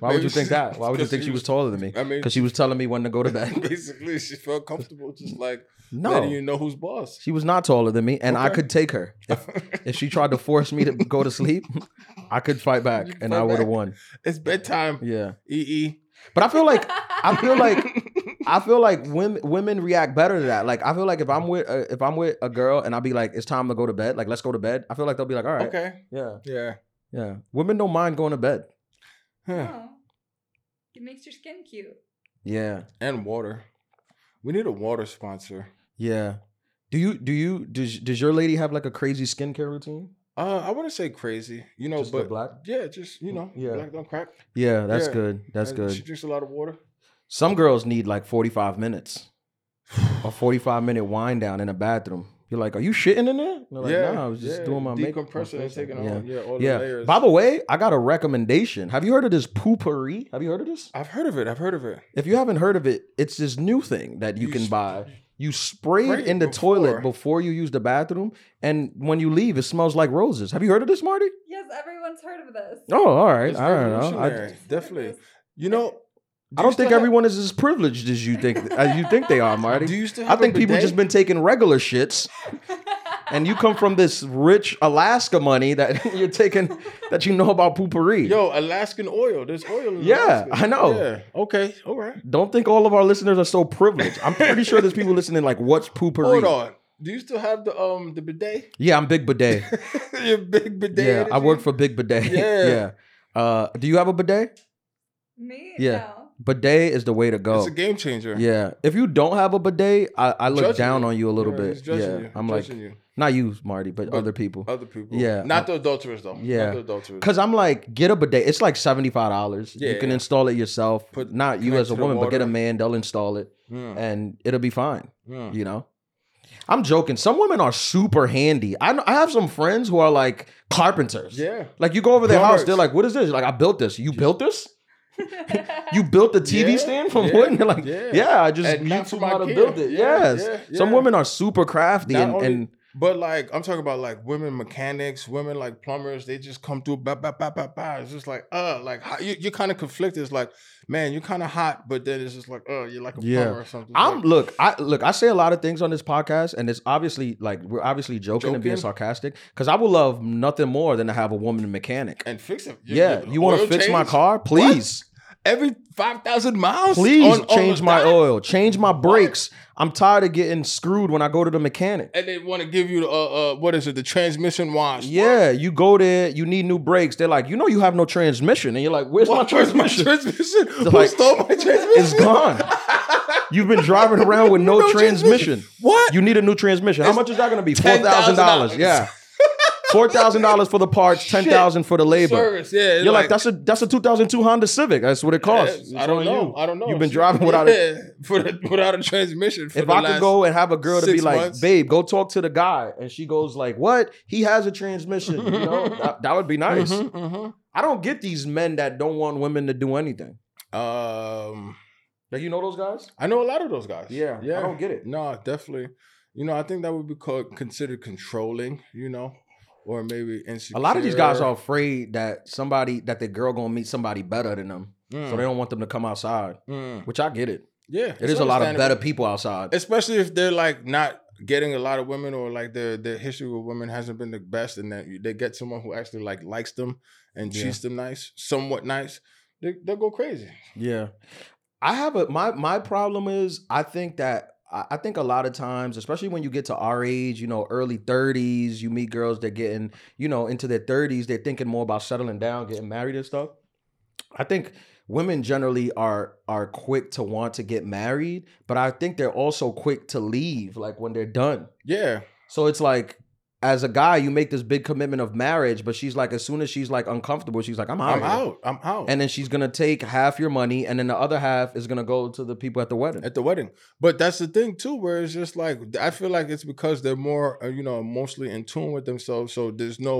S3: Why would
S4: Maybe
S3: you think
S4: she-
S3: that? Why would you
S4: 'cause
S3: think she was taller than me?
S4: I mean,
S3: Because she was telling me when to go to bed.
S4: basically, she felt comfortable just like letting you
S3: Mm, No,
S4: know who's boss.
S3: she was not taller than me, and I
S4: Okay.
S3: could take her. If, if she tried to force me to go to sleep, I could fight back,
S4: You
S3: and
S4: fight
S3: I would
S4: back.
S3: have won.
S4: it's bedtime. E
S3: Yeah,
S4: EE.
S3: but I feel like I feel like I feel like women women react better to that. Like I feel like if I'm with a, if I'm with a girl and I be like, it's time to go to bed. Like let's go to bed. I feel like they'll be like, all right,
S4: Okay.
S3: yeah,
S4: Yeah.
S3: yeah. Women don't mind going to bed.
S5: Oh. It makes your skin cute.
S3: Yeah,
S4: And water. We need a water sponsor.
S3: yeah. Do you do you does does your lady have like a crazy skincare routine?
S4: Uh, I wouldn't say crazy, you know,
S3: Just the
S4: but
S3: black?
S4: yeah, just you know,
S3: Yeah.
S4: black don't crack.
S3: Yeah, that's
S4: Yeah.
S3: good. That's
S4: And She
S3: good.
S4: drinks a lot of water.
S3: Some girls need like forty five minutes, a forty five minute wind down in a bathroom. You're like, are you shitting in there? They're like,
S4: yeah,
S3: no, I was just
S4: yeah.
S3: doing my make- my
S4: decompressing and
S3: face."
S4: taking
S3: Yeah.
S4: all yeah all the
S3: Yeah.
S4: layers.
S3: By the way, I got a recommendation. Have you heard of this poopery? Have you heard of this?
S4: I've heard of it. I've heard of it.
S3: If you haven't heard of it, it's this new thing that you,
S4: You
S3: can
S4: sp-
S3: buy. You spray,
S4: Spray
S3: it
S4: it
S3: in the
S4: before.
S3: toilet before you use the bathroom, and when you leave, it smells like roses. Have you heard of this, Marty?
S5: Yes, everyone's heard of this.
S3: Oh, all right.
S4: It's
S3: I don't know. I,
S4: revolutionary. Definitely. You know, do
S3: I
S4: you
S3: don't
S4: still
S3: think
S4: have-
S3: everyone is as privileged as you think as you think they are, Marty.
S4: Do you still?
S3: I
S4: Have a
S3: think people just
S4: bidet?
S3: been taking regular shits, and you come from this rich Alaska money that you're taking that you know about poopery.
S4: Yo, Alaskan oil. There's oil. In
S3: Yeah,
S4: Alaska.
S3: I know.
S4: Yeah. Okay. All right.
S3: Don't think all of our listeners are so privileged. I'm pretty sure there's people listening like, "What's poopery?"
S4: Hold on. Do you still have the um the bidet?
S3: Yeah, I'm Big Bidet.
S4: Your big bidet.
S3: yeah, I
S4: energy?
S3: work for Big Bidet.
S4: Yeah.
S3: yeah. Uh, do you have a bidet?
S5: Me?
S3: Yeah.
S5: No.
S3: bidet is the way to go.
S4: It's a game changer.
S3: Yeah. If you don't have a bidet, I, I look
S4: Judging
S3: down
S4: you.
S3: on you a little
S4: Yeah, he's
S3: bit. Yeah.
S4: judging you.
S3: I'm
S4: Judging
S3: like,
S4: you.
S3: not you, Marty, but,
S4: But-
S3: other people.
S4: other people.
S3: Yeah.
S4: Not the adulterers though.
S3: Yeah.
S4: Not the adulterers.
S3: Cause I'm like, get a bidet. It's like seventy five dollars. you
S4: Yeah,
S3: can
S4: yeah.
S3: install it yourself.
S4: Put-
S3: not you
S4: connect
S3: as a
S4: to the
S3: woman, but get a
S4: water.
S3: man. They'll install it,
S4: Mm,
S3: and it'll be fine.
S4: mm.
S3: You know. I'm joking. Some women are super handy. I know, I have some friends who are like carpenters.
S4: Yeah.
S3: Like you go over their house,
S4: Plumbers.
S3: they're like, "What is this?" You're like, "I built this." You built this? You built the TV
S4: Yeah,
S3: stand from
S4: yeah,
S3: wood? And they're like, "Yeah,
S4: yeah.
S3: I just
S4: And not
S3: YouTube
S4: from
S3: how to
S4: Ikea.
S3: build it."
S4: Yeah,
S3: yes.
S4: yeah,
S3: Some
S4: yeah.
S3: women are super crafty
S4: Not
S3: and,
S4: only-
S3: and
S4: But like I'm talking about like women mechanics, women like plumbers, they just come through ba ba ba ba ba. It's just like uh like how, you, you're kind of conflicted. It's like man, you're kind of hot, but then it's just like uh you're like a
S3: Yeah.
S4: plumber or something. It's
S3: I'm
S4: like,
S3: look, I look, I say a lot of things on this podcast, and it's obviously like we're obviously joking, and being
S4: Joking.
S3: sarcastic. Because I would love nothing more than to have a woman mechanic.
S4: and fix it.
S3: yeah, you want to
S4: oil
S3: fix my
S4: change?
S3: car, please,
S4: every five thousand miles?
S3: please
S4: On- on
S3: change
S4: the
S3: my
S4: dot?
S3: oil, change my brakes. I'm tired of getting screwed when I go to the mechanic.
S4: And they want to give you the uh, uh what is it? The transmission wash.
S3: Yeah, you go there, you need new brakes. They're like, you know, you have no transmission, and you're like, where's my
S4: What? Where's my
S3: transmission?
S4: transmission? Who
S3: like-
S4: stole my transmission?
S3: It's gone. You've been driving around with no,
S4: No
S3: transmission.
S4: transmission. What?
S3: You need a new transmission. How much is that going to be? Four thousand dollars.
S4: $10,000.
S3: Yeah. Four thousand dollars for the parts, ten thousand for the labor.
S4: Service, yeah,
S3: You're like, that's a that's a 2002 Honda Civic. That's what it costs.
S4: I
S3: It's
S4: don't
S3: on
S4: know.
S3: you.
S4: I don't know.
S3: You've been driving without it.
S4: Yeah, for the, without a transmission. For
S3: If
S4: the
S3: I could
S4: last-
S3: go and have a girl to be
S4: six
S3: like,
S4: months.
S3: babe, go talk to the guy, and she goes like, what? He has a transmission. You know, that, that would be nice.
S4: Mhm, mhm.
S3: I don't get these men that don't want women to do anything.
S4: Um,
S3: Like you know those guys?
S4: I know a lot of those guys.
S3: Yeah, I
S4: yeah. Mm-hmm.
S3: don't get it.
S4: No, definitely. You know, I think that would be called, considered controlling. You know, or maybe insecure.
S3: A lot of these guys are afraid that somebody that their girl gonna meet somebody better than them,
S4: Mm,
S3: so they don't want them to come outside.
S4: mm.
S3: Which I get it.
S4: Yeah,
S3: It
S4: it's
S3: is a lot of
S4: understandable.
S3: better people outside.
S4: especially if they're like not getting a lot of women or like their their history with women hasn't been the best and that you- they get someone who actually like likes them and
S3: Yeah.
S4: treats them nice somewhat nice they, they'll go crazy
S3: Yeah. I have a my my problem is I think that I I think a lot of times, especially when you get to our age, you know, early 30s, you meet girls that getting, you know, into their 30s, they're thinking more about settling down, getting married and stuff. I think women generally are are quick to want to get married, but I think they're also quick to leave like when they're done.
S4: yeah
S3: So it's like as a guy, you make this big commitment of marriage, but she's like as soon as she's like uncomfortable, she's like I'm out.
S4: i'm
S3: of here.
S4: out i'm out
S3: and then she's gonna take half your money, and then the other half is gonna go to the people at the wedding.
S4: at the wedding but that's the thing too where it's just like i feel like it's because they're more uh, you know mostly in tune with themselves so there's no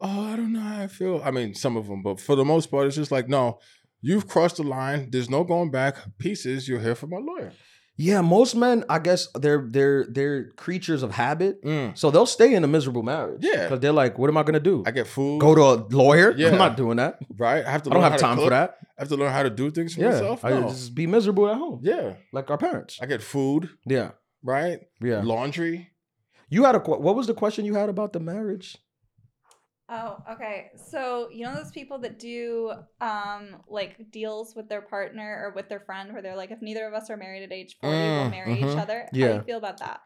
S4: oh i don't know how i feel i mean some of them but for the most part it's just like no you've crossed the line there's no going back pieces you'll hear from a lawyer
S3: yeah, most men, I guess they're they're they're creatures of habit,
S4: Mm.
S3: so they'll stay in a miserable marriage.
S4: Yeah.
S3: because they're like, what am I gonna do?
S4: i get food
S3: go to a lawyer?
S4: Yeah.
S3: I'm not doing that.
S4: right? I have to.
S3: I don't
S4: learn
S3: have
S4: how to
S3: time for
S4: cook.
S3: that.
S4: I have to learn how to do things for
S3: Yeah,
S4: myself.
S3: I
S4: No.
S3: just be miserable at home,
S4: yeah,
S3: like our parents.
S4: I get food,
S3: Yeah,
S4: right?
S3: yeah.
S4: Laundry.
S3: You had a que- what was the question you had about the marriage?
S5: Oh, okay. So you know those people that do um like deals with their partner or with their friend where they're like, if neither of us are married at age forty, we'll
S4: Mm,
S5: marry each
S4: mhm.
S5: other. How
S3: mm-hmm.
S5: do
S3: Yeah.
S5: you feel about that?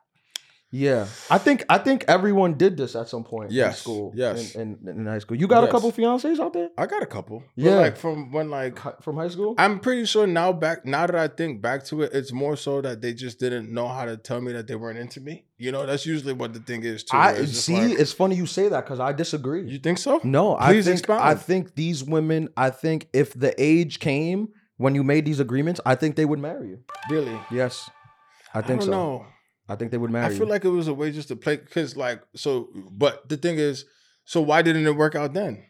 S3: Yeah, I think I think everyone did this at some point in
S4: Yes,
S3: school.
S4: yes.
S3: in, in, in high school. You got a
S4: Yes.
S3: couple fiancés out there
S4: I got a couple. But
S3: Yeah.
S4: like from when like
S3: Hi- from high school.
S4: I'm pretty sure now back now that I think back to it, it's more so that they just didn't know how to tell me that they weren't into me. You know, that's usually what the thing is too.
S3: I
S4: where it's just
S3: see.
S4: like-
S3: it's funny you say that because I disagree.
S4: you think so?
S3: no, I
S4: Please
S3: think
S4: expound.
S3: I think these women. I think if the age came when you made these agreements, I think they would marry you.
S4: Really?
S3: Yes, I
S4: I
S3: think
S4: don't
S3: so.
S4: know.
S3: I think they would marry.
S4: I feel like it was a way just to play because like so. But the thing is, so why didn't it work out then?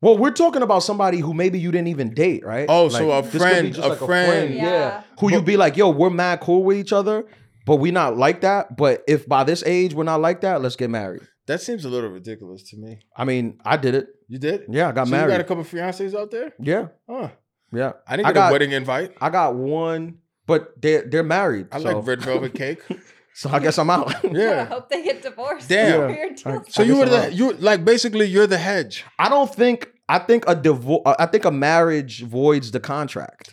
S3: Well, we're talking about somebody who maybe you didn't even date, right?
S4: Oh, so a
S3: this could be
S4: friend,
S3: just
S4: a friend.
S3: yeah.
S5: Yeah.
S3: Who you
S4: But-
S3: be like, yo, we're mad cool with each other, but we not like that. But if by this age we're not like that, let's get married.
S4: That seems a little ridiculous to me.
S3: I mean, I did it.
S4: You did?
S3: Yeah, I got
S4: so
S3: married.
S4: You got a couple fiancés out there?
S3: yeah,
S4: Huh.
S3: yeah.
S4: I didn't
S3: I
S4: get
S3: got-
S4: a wedding invite.
S3: I got one, but they're they're married.
S4: I
S3: so-
S4: like red velvet cake.
S3: So I guess I'm out.
S5: I
S4: Yeah.
S5: hope they get divorced.
S4: Damn.
S5: over your deals.
S4: So
S3: I
S4: you
S3: guess
S4: were
S3: I'm
S4: the
S3: out.
S4: you like basically you're the hedge.
S3: I don't think I think a divorce. I think a marriage voids the contract.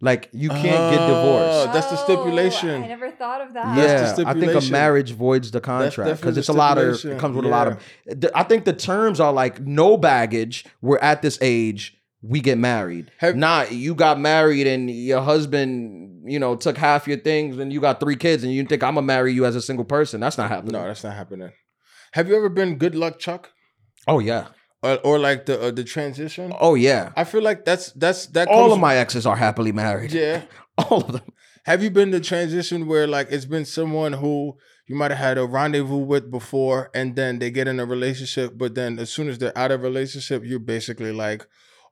S3: Like you can't get divorced.
S4: Oh, that's the stipulation.
S5: Oh, I never thought of that.
S3: Yeah,
S4: the
S3: I think a
S4: stipulation.
S3: marriage voids the contract
S4: definitely
S3: because
S4: the
S3: it's a lot of it
S4: stipulation.
S3: comes with a lot of. th- I think the terms are like no baggage. We're at this age. we get married.
S4: Have-
S3: Not you got married and your husband, you know, took half your things and you got three kids and you think I'm gonna marry you as a single person. That's not happening.
S4: No, that's not happening. Have you ever been good luck Chuck
S3: oh yeah.
S4: or, or like the uh, the transition?
S3: Oh yeah.
S4: I feel like that's that's that.
S3: All
S4: comes-
S3: of my exes are happily married.
S4: yeah.
S3: All of them.
S4: Have you been the transition where like it's been someone who you might have had a rendezvous with before, and then they get in a relationship, but then as soon as they're out of relationship, you're basically like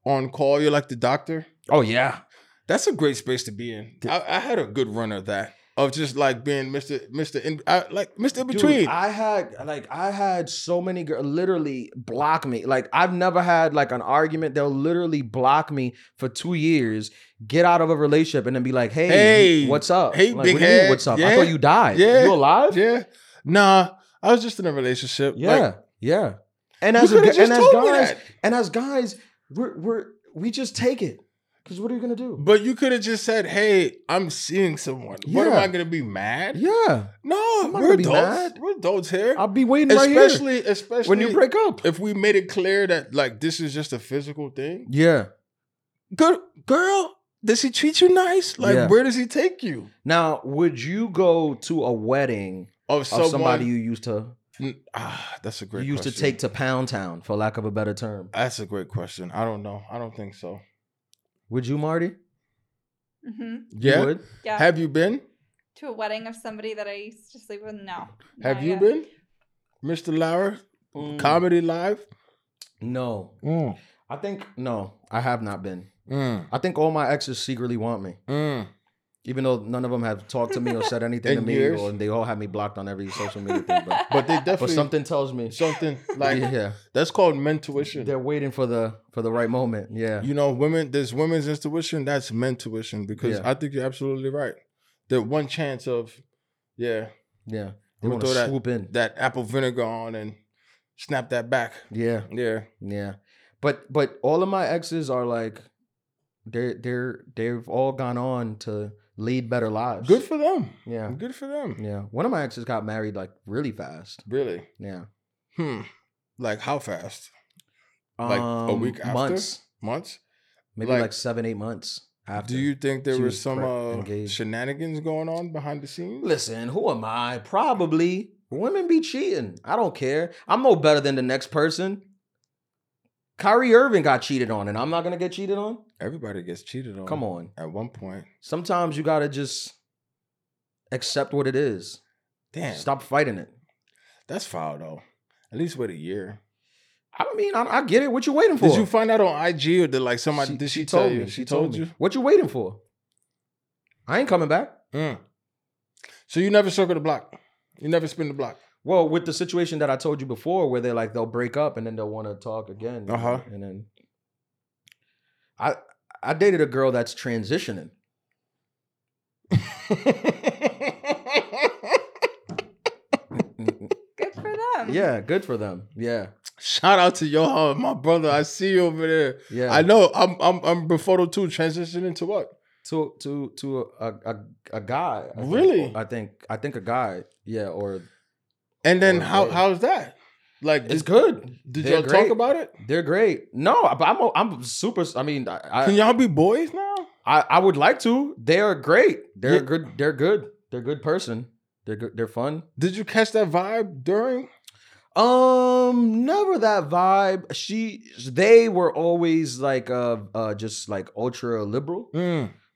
S4: on call. You're like the doctor.
S3: Oh yeah.
S4: That's a great space to be in. I, I had a good run of that of just like being Mister Mister in, I, like Mister in
S3: Dude,
S4: between.
S3: I had like I had so many girls literally block me. Like I've never had like an argument. They'll literally block me for two years, get out of a relationship, and then be like, "Hey,
S4: Hey,
S3: what's up?
S4: hey,
S3: Like,
S4: big
S3: what do you mean,
S4: head.
S3: what's up?
S4: Yeah.
S3: I thought you died.
S4: Yeah.
S3: you alive?
S4: yeah, nah, I was just in a relationship.
S3: yeah,
S4: like,
S3: yeah. And
S4: you
S3: as a,
S4: coulda
S3: gu-
S4: just
S3: and as
S4: told me
S3: guys,
S4: that.
S3: and as guys, we're we're we just take it because what are you gonna do?
S4: But you could have just said, "Hey, I'm seeing someone. What am
S3: Yeah.
S4: I gonna be mad?
S3: Yeah,
S4: No,
S3: I'm not
S4: we're
S3: gonna be
S4: adults.
S3: mad.
S4: We're adults here.
S3: I'll be waiting right here
S4: especially, especially
S3: when you break up.
S4: If we made it clear that like this is just a physical thing,
S3: Yeah.
S4: good girl. Does he treat you nice? Like,
S3: Yeah.
S4: where does he take you?
S3: Now, would you go to a wedding
S4: Of
S3: of
S4: someone,
S3: somebody you used to
S4: Mm, ah, that's a great.
S3: you used to
S4: question.
S3: take to Pound Town, for lack of a better term.
S4: That's a great question. I don't know. I don't think so.
S3: Would you, Marty?
S5: hmm
S3: You
S4: Yeah.
S3: would?
S5: Yeah.
S4: Have you been?
S5: to a wedding of somebody that I used to sleep with? No.
S4: Have
S5: Not
S4: you
S5: yet.
S4: been, Mister Lauer?
S3: Mm.
S4: Comedy Live.
S3: No.
S4: Mm,
S3: I think no. I have not been.
S4: mm,
S3: I think all my exes secretly want me,
S4: mm.
S3: even though none of them have talked to me or said anything
S4: In
S3: to me,
S4: years?
S3: or, and they all have me blocked on every social media thing. But,
S4: But they definitely
S3: but something tells me,
S4: something like
S3: yeah,
S4: that's called mentuition.
S3: they're waiting for the for the right moment. Yeah,
S4: you know, women, there's women's intuition, that's men tuition because
S3: Yeah.
S4: I think you're absolutely right. The one chance of, yeah,
S3: yeah. They
S4: gonna
S3: want
S4: throw
S3: to
S4: that-
S3: swoop in.
S4: that apple vinegar on and snap that back.
S3: yeah.
S4: Yeah.
S3: Yeah. But but all of my exes are like they're they're they've all gone on to lead better lives.
S4: Good for them.
S3: yeah.
S4: Good for them.
S3: Yeah. One of my exes got married like really fast.
S4: Really?
S3: Yeah.
S4: Hmm. Like how fast? Like a
S3: Um,
S4: week after?
S3: Months.
S4: Months?
S3: Maybe
S4: Like-
S3: like, seven, eight months after.
S4: Do you think there
S3: She
S4: were
S3: was
S4: some
S3: pre-
S4: uh,
S3: engaged.
S4: shenanigans going on behind the scenes?
S3: listen, who am I? Probably. Women be cheating. I don't care. I'm no better than the next person. Kyrie Irving got cheated on, and I'm not gonna get cheated on.
S4: Everybody gets cheated on.
S3: Come on.
S4: At one point.
S3: Sometimes you gotta just accept what it is.
S4: Damn.
S3: Stop fighting it.
S4: That's foul though. At least wait a year.
S3: I mean, I, I get it. What you waiting for?
S4: Did you find out on IG or did like somebody did she, tell you?
S3: me. She told me. What you waiting for? I ain't coming back.
S4: Mm. So you never circle the block. You never spin the block.
S3: Well, with the situation that I told you before, where they're like they'll break up and then they'll want to talk again. you
S4: Uh-huh.
S3: know, And then I I dated a girl that's transitioning.
S5: Good for them.
S3: Yeah, good for them. Yeah,
S4: Shout out to Johan, my brother. I see you over there.
S3: yeah.
S4: I know. I'm I'm I'm befuddled too. Transitioning to what?
S3: to to to a a, a guy. I think.
S4: Really?
S3: I think I think a guy. Yeah, or
S4: And then
S3: Or
S4: how
S3: they.
S4: how's that? Like
S3: it's
S4: did,
S3: good.
S4: did
S3: They're
S4: y'all
S3: great.
S4: talk about it?
S3: They're great. No, but I'm I'm super. I mean, I, I,
S4: Can y'all be boys now?
S3: I, I would like to. They are great. They're
S4: Yeah.
S3: good. They're good. They're good person. They're good. They're fun.
S4: Did you catch that vibe during?
S3: Um, never that vibe. She, they were always like uh, uh just like ultra liberal.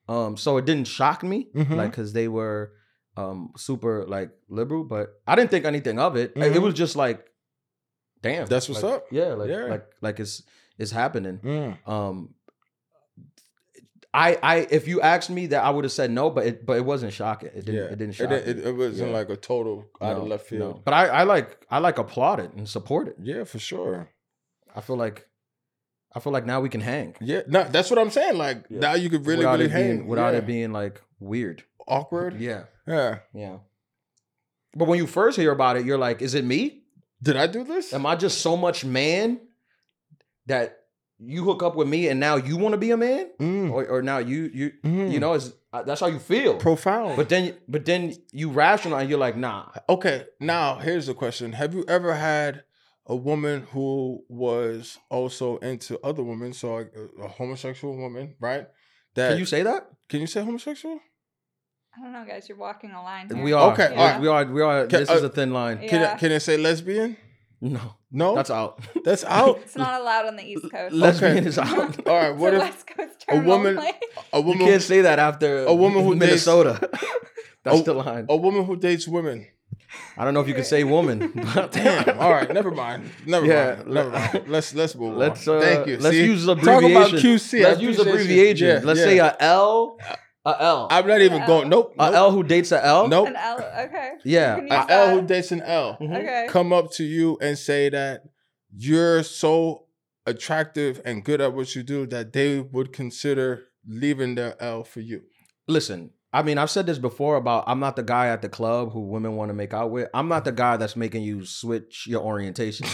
S3: Um, so it didn't shock me,
S4: Mhm.
S3: like because they were um super like liberal. But I didn't think anything of it. It- It
S4: Mhm.
S3: was just like, damn,
S4: That's what's
S3: like,
S4: up.
S3: Yeah, like
S4: Yeah.
S3: like like it's it's happening.
S4: Mm.
S3: Um. I, I if you asked me that I would have said no, but it but it wasn't shocking. It didn't
S4: yeah,
S3: it didn't shock
S4: It, it,
S3: me.
S4: it wasn't
S3: Yeah.
S4: like a total out of
S3: No,
S4: left
S3: no.
S4: field.
S3: But I, I like I like applaud it and support it.
S4: Yeah, for sure.
S3: I feel like I feel like now we can hang
S4: Yeah, no, that's what I'm saying. Like
S3: Yeah.
S4: now you could really,
S3: without
S4: really
S3: it
S4: hang
S3: being without
S4: yeah.
S3: it being like weird.
S4: awkward.
S3: Yeah,
S4: Yeah.
S3: yeah. But when you first hear about it, you're like, "Is it me?
S4: Did I do this?
S3: Am I just so much man that you hook up with me and now you want to be a man,
S4: Mm,
S3: or, or now you you
S4: mm.
S3: you know is that's how you feel."
S4: profound.
S3: but then but then you rationalize. You're like, "Nah,
S4: okay, now here's the question: Have you ever had a woman who was also into other women, so like, a, a homosexual woman, right? That
S3: Can you say that?
S4: can you say homosexual?
S5: I don't know, guys. You're walking a line. Here.
S3: We are.
S4: Okay,
S3: We-
S4: all right.
S3: We are. We are.
S4: Can-
S3: this is
S4: uh,
S3: a thin line.
S5: Mm-hmm. Yeah.
S4: Can I, can I say lesbian?
S3: No,
S4: No,
S3: that's out.
S4: that's
S3: Oh.
S4: out.
S5: It's not allowed on the East Coast.
S3: Lesbian is out.
S4: all right,
S5: It's
S4: what
S5: a
S4: if
S5: West Coast term
S4: woman-
S5: only.
S4: a
S3: You
S4: woman
S3: can't say that after
S4: a woman who dates- Oh,
S3: Minnesota. that's
S4: A-
S3: the line.
S4: a woman who dates women?
S3: I don't know if you can say woman. but-
S4: Damn. All right. Never mind. Never
S3: Yeah,
S4: mind. Never mind. Let's let's move on.
S3: Let's uh,
S4: Thank you.
S3: Let's
S4: See?
S3: use
S4: Talk
S3: abbreviation.
S4: about QC. I
S3: Let's use
S4: appreciate you.
S3: abbreviation.
S4: Yeah,
S3: let's
S4: yeah.
S3: say a L, a L, a
S4: I'm not even
S5: Yeah.
S4: going. Nope. nope.
S3: L who dates a L.
S4: Nope.
S5: An L. Okay.
S3: Yeah,
S5: You can
S4: oh. A
S5: use
S4: L who
S5: that.
S4: dates an L
S3: Mhm.
S5: Okay.
S4: come up to you and say that you're so attractive and good at what you do that they would consider leaving their L for you.
S3: Listen, I mean, I've said this before about I'm not the guy at the club who women want to make out with. I'm not the guy that's making you switch your orientation.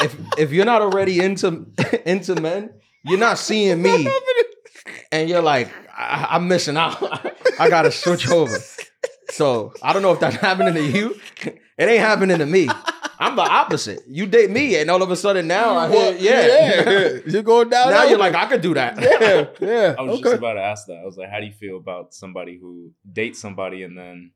S3: if if you're not already into into men, you're not seeing me, and you're like, I- I'm missing out. I gotta switch over. So I don't know if that's happening to you. It ain't happening to me. I'm the opposite. You date me, and all of a sudden now I hear, yeah.
S4: yeah, yeah. You're going down.
S3: now
S4: that
S3: you're
S4: way.
S3: like, I could do that.
S4: yeah, yeah.
S6: I was
S4: okay.
S6: just about to ask that. I was like, how do you feel about somebody who dates somebody and then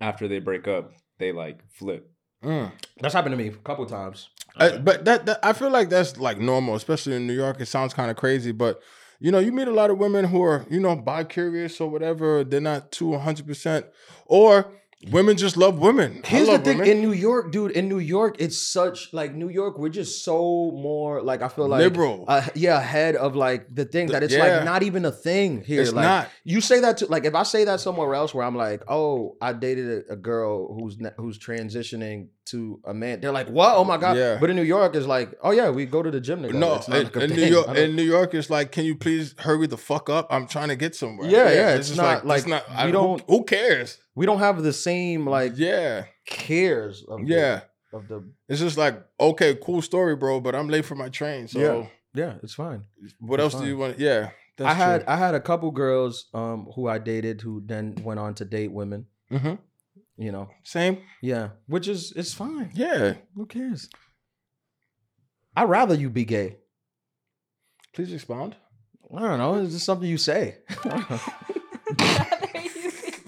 S6: after they break up, they like flip?
S4: Mm.
S3: That's happened to me a couple times.
S4: I, but that, that I feel like that's like normal, especially in New York. It sounds kind of crazy, but you know, you meet a lot of women who are you know bi curious or whatever. They're not too one hundred percent, or women just love women. I
S3: Here's the
S4: love
S3: thing
S4: women.
S3: in New York, dude. In New York, it's such like New York. We're just so more like I feel like
S4: Liberal.
S3: Uh, yeah, ahead of like the thing that it's
S4: Yeah.
S3: like not even a thing here.
S4: It's
S3: like,
S4: not.
S3: You say that to like if I say that somewhere else where I'm like, oh, I dated a, a girl who's ne- who's transitioning to a man. They're like, what? Oh my god!
S4: Yeah.
S3: But in New York, it's like, oh yeah, we go to the gym together.
S4: no,
S3: It's not
S4: in,
S3: like a
S4: in New
S3: thing. I
S4: York,
S3: don't-
S4: in New York, it's like, can you please hurry the fuck up? I'm trying to get somewhere.
S3: Yeah, yeah, it's
S4: just
S3: not
S4: it's
S3: like,
S4: not. I,
S3: we
S4: don't.
S3: don't-
S4: Who, cares?
S3: we don't have the same like
S4: yeah,
S3: cares of the-
S4: yeah.
S3: of the
S4: It's just like, okay, cool story, bro, but I'm late for my train. So,
S3: Yeah. yeah. It's fine.
S4: what
S3: That's
S4: else do you
S3: fine.
S4: want? Yeah, that's
S3: I had
S4: true.
S3: I had a couple girls um who I dated who then went on to date women.
S4: Mhm.
S3: You know,
S4: Same.
S3: yeah, which is it's fine.
S4: Yeah.
S3: Who cares? I'd rather you be gay.
S4: Please expound.
S3: I don't know. It's just something you say.
S5: Rather you think-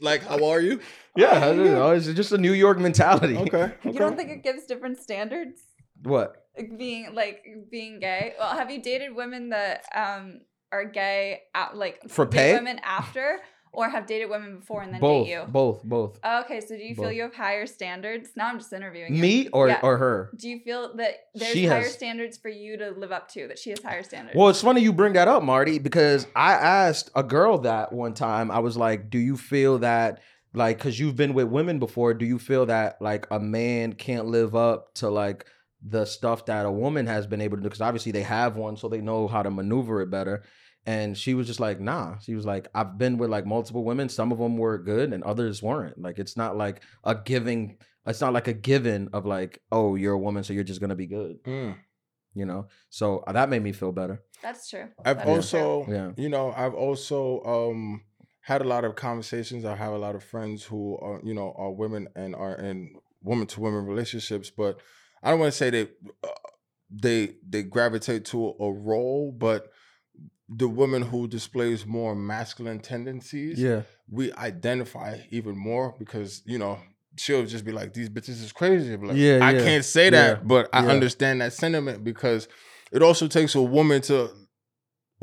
S4: Like, how are you?
S3: yeah, I don't know. It's just a New York mentality.
S4: Okay.
S5: You don't think it gives different standards?
S3: What?
S5: Like, Being like being gay. Well, have you dated women that um are gay out like
S3: For
S5: date
S3: pay?
S5: women after, or have dated women before and then
S3: Both,
S5: date you?
S3: both, both.
S5: Okay, so do you feel
S3: Both.
S5: you have higher standards? Now I'm just interviewing you.
S3: Me or
S5: Yeah.
S3: or her?
S5: Do you feel that there's
S3: She
S5: higher
S3: has-
S5: standards for you to live up to? That she has higher standards.
S3: Well, it's funny you bring that up, Marty, because I asked a girl that one time. I was like, "Do you feel that like cuz you've been with women before, do you feel that like a man can't live up to like the stuff that a woman has been able to do cuz obviously they have one so they know how to maneuver it better." And she was just like, "Nah." She was like, "I've been with like multiple women. Some of them were good and others weren't. Like it's not like a giving it's not like a given of like, "Oh, you're a woman, so you're just going to be good." You know? So uh, that made me feel better.
S5: That's true.
S4: I've
S5: That is
S4: also,
S3: Yeah.
S4: you know, I've also um had a lot of conversations. I have a lot of friends who are, you know, are women and are in woman to women relationships, but I don't want to say they uh, they they gravitate to a role, but the woman who displays more masculine tendencies,
S3: Yeah.
S4: we identify even more because you know she'll just be like these bitches is crazy but like,
S3: Yeah,
S4: i
S3: yeah,
S4: can't say that
S3: yeah,
S4: but i
S3: yeah.
S4: understand that sentiment because it also takes a woman to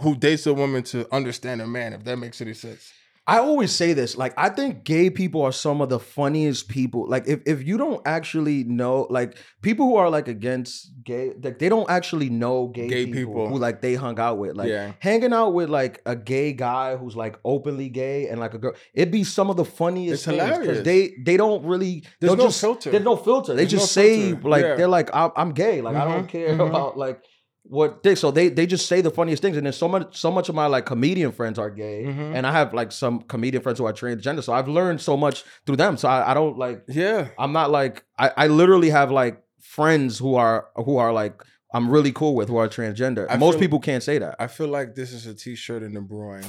S4: who dates a woman to understand a man if that makes any sense
S3: I always say this. Like, I think gay people are some of the funniest people. Like, if, if you don't actually know, like, people who are like against gay, like they don't actually know gay,
S4: Gay
S3: people,
S4: people.
S3: who like they hung out with. Like,
S4: Yeah.
S3: hanging out with like a gay guy who's like openly gay and like a girl, it'd be some of the funniest.
S4: It's
S3: things, 'cause
S4: hilarious.
S3: They they don't really.
S4: There's
S3: they'll
S4: no
S3: just-
S4: filter.
S3: There's no filter. They
S4: There's no
S3: just say
S4: filter.
S3: like
S4: Yeah.
S3: they're like I'm, I'm gay. Like I don't
S4: Mhm,
S3: care
S4: mhm.
S3: about like what they so they they just say the funniest things and then so much so much of my like comedian friends are gay
S4: Mhm.
S3: and i have like some comedian friends who are transgender so i've learned so much through them so i, I don't like
S4: yeah
S3: i'm not like I, I literally have like friends who are who are like i'm really cool with who are transgender
S4: I
S3: most
S4: feel-
S3: people can't say that
S4: i feel like this is a t-shirt in the brewing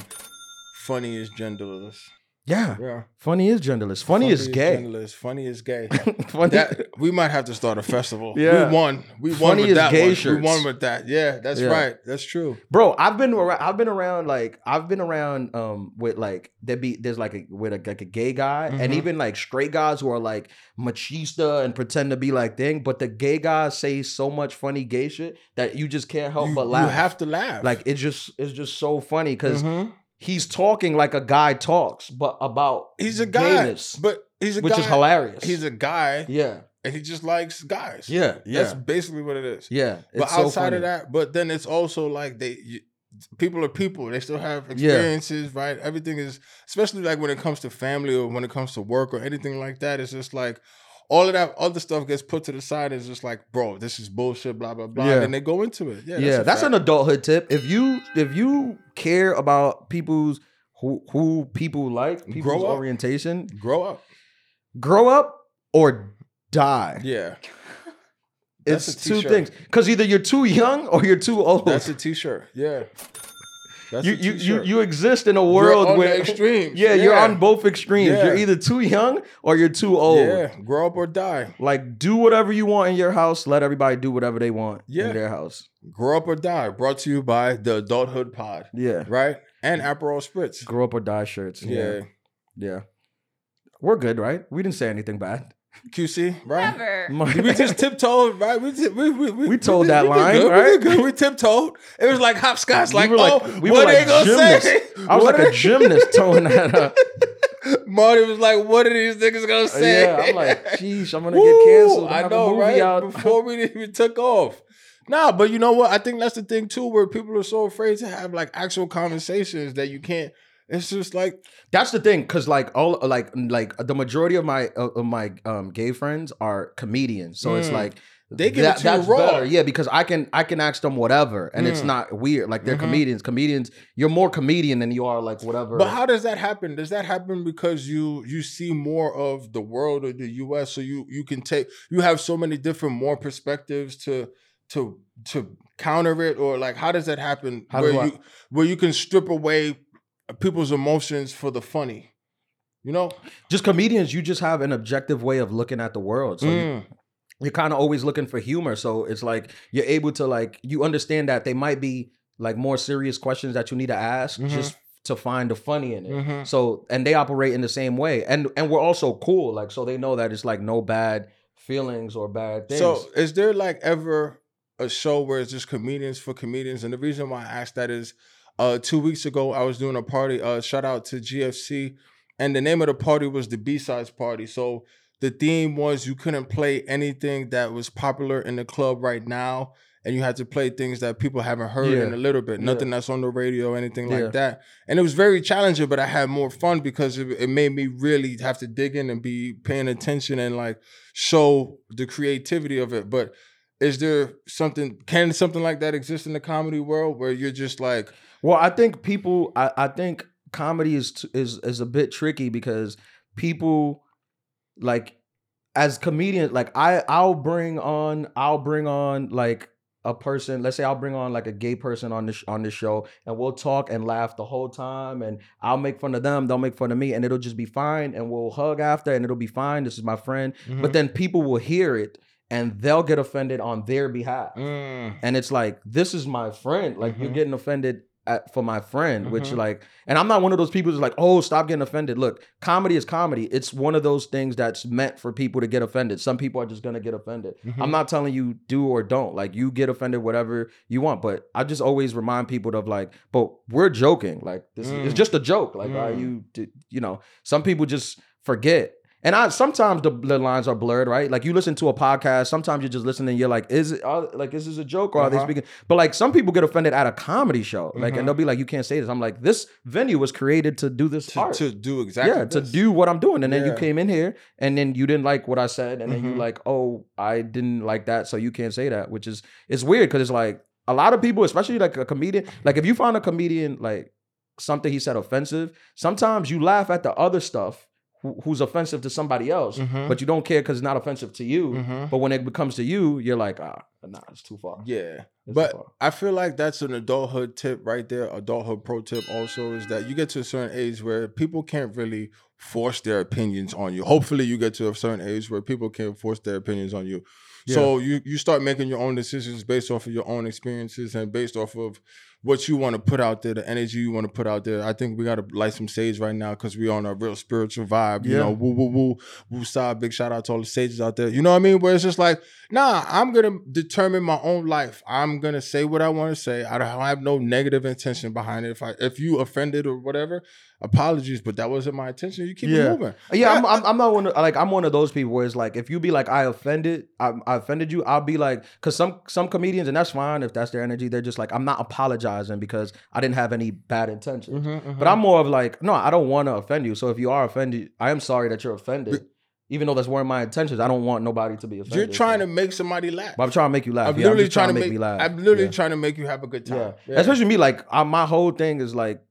S4: funny is genderless
S3: Yeah.
S4: Yeah.
S3: Funny is genderless. Funny, is gay.
S4: genderless, Funny is gay.
S3: Funny.
S4: That, we might have to start a festival.
S3: Yeah.
S4: We won. We won
S3: Funny
S4: with
S3: is
S4: that
S3: gay
S4: one. We
S3: shirts.
S4: won with that. Yeah, that's
S3: Yeah.
S4: right. That's true.
S3: Bro, I've been around, I've been around like I've been around um with like there be there's like a with a, like a gay guy and
S4: Mhm.
S3: even like straight guys who are like machista and pretend to be like thing, but the gay guys say so much funny gay shit that you just can't help
S4: you,
S3: but laugh.
S4: you have to laugh.
S3: like it's just it's just so funny because
S4: Mhm.
S3: he's talking like a guy talks, but about
S4: he's a guy,
S3: gayness,
S4: but he's a
S3: which
S4: guy.
S3: is hilarious.
S4: He's a guy,
S3: yeah,
S4: and he just likes guys.
S3: yeah, yeah,
S4: That's basically what it is.
S3: yeah.
S4: but
S3: It's so
S4: outside
S3: funny.
S4: of that, but then it's also like they you, people are people. They still have
S3: Yeah.
S4: experiences, right? Everything is especially like when it comes to family or when it comes to work or anything like that. It's just like all of that other stuff gets put to the side. It's just like, bro, this is bullshit, blah blah blah.
S3: Yeah.
S4: And they go into it. Yeah,
S3: yeah, that's, an
S4: another.
S3: adulthood tip. If you if you care about people's who who people like, people's
S4: Grow up.
S3: orientation,
S4: grow up.
S3: grow up or die.
S4: Yeah, that's
S3: it's
S4: a
S3: two
S4: t-shirt.
S3: things because either you're too young or you're too old.
S4: that's a t-shirt. Yeah, that's
S3: you,
S4: a
S3: you you
S4: t-shirt.
S3: you exist in a
S4: You're
S3: world
S4: on the
S3: where
S4: extremes.
S3: Yeah, you're on both extremes.
S4: Yeah.
S3: You're either too young or you're too old.
S4: Yeah, grow up or die.
S3: Like do whatever you want in your house. Let everybody do whatever they want
S4: Yeah.
S3: in their house.
S4: Grow up or die. Brought to you by the Adulthood Pod,
S3: Yeah.
S4: right? And Aperol Spritz.
S3: Grow up or die shirts.
S4: Yeah.
S3: Yeah. We're good, right? We didn't say anything bad.
S4: QC, right?
S5: Never.
S4: Did we just tiptoed, right? We ti- we we
S3: We told that
S4: did
S3: line,
S4: good,
S3: right?
S4: We, did good. we tiptoed. It was like hopscotch.
S3: We
S4: like,
S3: were like-
S4: oh,
S3: we were
S4: what
S3: like
S4: they gonna say?
S3: gymnasts. I was
S4: What
S3: like a
S4: they-
S3: gymnast towing that up.
S4: Marty was like, "What are these niggas gonna say?"
S3: Uh, Yeah, I'm like, geez, I'm gonna
S4: Woo!
S3: get canceled.
S4: I
S3: have a
S4: know,
S3: movie
S4: right?
S3: out.
S4: Before we even took off. Nah, but you know what? I think that's the thing too, where people are so afraid to have like actual conversations that you can't. It's just like,
S3: That's the thing, cause like all like like the majority of my of of my um gay friends are comedians, so it's
S4: Mm.
S3: like
S4: They give it to you
S3: that's
S4: raw.
S3: better, yeah, because I can I can ask them whatever, and it's
S4: Mm.
S3: not weird. Like they're
S4: Mhm.
S3: comedians. Comedians, you're more comedian than you are like whatever.
S4: but how does that happen? Does that happen because you you see more of the world or the U.S. So you you can take you have so many different more perspectives to to to counter it, or like how does that happen?
S3: How
S4: where
S3: do I-
S4: you where you can strip away people's emotions for the funny, you know?
S3: just comedians, you just have an objective way of looking at the world. So you,
S4: Mm.
S3: you're kind of always looking for humor. So it's like you're able to like you understand that they might be like more serious questions that you need to ask
S4: Mhm.
S3: just to find the funny in it.
S4: Mhm.
S3: So and they operate in the same way, and and we're also cool. Like so they know that it's like no bad feelings or bad things.
S4: So, is there like ever a show where it's just comedians for comedians? And the reason why I asked that is, uh, two weeks ago I was doing a party. Uh, shout out to GFC, and the name of the party was the B sides party. So the theme was you couldn't play anything that was popular in the club right now, and you had to play things that people haven't heard in
S3: Yeah.
S4: a little bit.
S3: Yeah.
S4: Nothing that's on the radio, anything
S3: Yeah.
S4: like that. And it was very challenging, but I had more fun because it, it made me really have to dig in and be paying attention and like show the creativity of it. But is there something? Can something like that exist in the comedy world where you're just like,
S3: well, I think people, I, I think comedy is t- is is a bit tricky because people like as comedians, like I I'll bring on I'll bring on like a person let's say i'll bring on like a gay person on this on this show and we'll talk and laugh the whole time and i'll make fun of them they'll make fun of me and it'll just be fine and we'll hug after and it'll be fine this is my friend
S4: Mm-hmm.
S3: but then people will hear it and they'll get offended on their behalf
S4: Mm.
S3: and it's like this is my friend like you're
S4: Mhm. getting
S3: getting offended at, for my friend which
S4: Mhm.
S3: like and i'm not one of those people who's like oh stop getting offended look comedy is comedy it's one of those things that's meant for people to get offended some people are just gonna get offended
S4: Mhm.
S3: i'm not telling you do or don't like you get offended whatever you want but i just always remind people of like but we're joking like this is
S4: Mm.
S3: it's just a joke like are
S4: Mm.
S3: you d- you know some people just forget and I sometimes the, the lines are blurred, right? Like you listen to a podcast, sometimes you're just listening. You're like, is it are, like is this a joke or are
S4: Uh-huh.
S3: they speaking? But like some people get offended at a comedy show, like,
S4: Mhm.
S3: and they'll be like, you can't say this. I'm like, this venue was created to do this
S4: to,
S3: art,
S4: to do exactly?
S3: yeah, to
S4: this?
S3: do what I'm doing. And then
S4: Yeah.
S3: you came in here, and then you didn't like what I said, and then
S4: Mhm.
S3: you like, oh, I didn't like that, so you can't say that, which is it's weird because it's like a lot of people, especially like a comedian, like if you find a comedian like something he said offensive, sometimes you laugh at the other stuff. who- Who's offensive to somebody else,
S4: Mhm.
S3: but you don't care because it's not offensive to you.
S4: Mhm.
S3: But when it becomes to you, you're like, ah, nah, it's too far.
S4: Yeah.
S3: It's
S4: But
S3: too far.
S4: I feel like that's an adulthood tip right there. Adulthood pro tip also is that you get to a certain age where people can't really force their opinions on you. Hopefully, you get to a certain age where people can't force their opinions on you. So you you start making your own decisions based off of your own experiences and based off of what you want to put out there, the energy you want to put out there. I think we gotta light some sage right now because we on a real spiritual vibe. You
S3: Yeah.
S4: know, woo woo woo woo side. Big shout out to all the sages out there. You know what I mean? Where it's just like, nah, I'm gonna determine my own life. I'm gonna say what I want to say. I don't I have no negative intention behind it. If I if you offended or whatever, apologies, but that wasn't my intention. You keep
S3: Yeah.
S4: it moving.
S3: Yeah, I'm, I'm, I'm not one of, like I'm one of those people where it's like if you be like I offended, I, I offended you. I'll be like, cause some some comedians and that's fine if that's their energy. They're just like I'm not apologizing because I didn't have any bad intention.
S4: Mm-hmm.
S3: But I'm more of like no, I don't want to offend you. So if you are offended, I am sorry that you're offended, even though that's weren't my intentions. I don't want nobody to be offended.
S4: You're trying to make somebody laugh.
S3: But I'm trying to make you laugh.
S4: I'm
S3: yeah,
S4: literally
S3: I'm just
S4: trying, to
S3: make,
S4: make.
S3: me laugh.
S4: I'm literally
S3: Yeah.
S4: trying to make you have a good time.
S3: Yeah.
S4: Yeah.
S3: Especially me, like I, my whole thing is like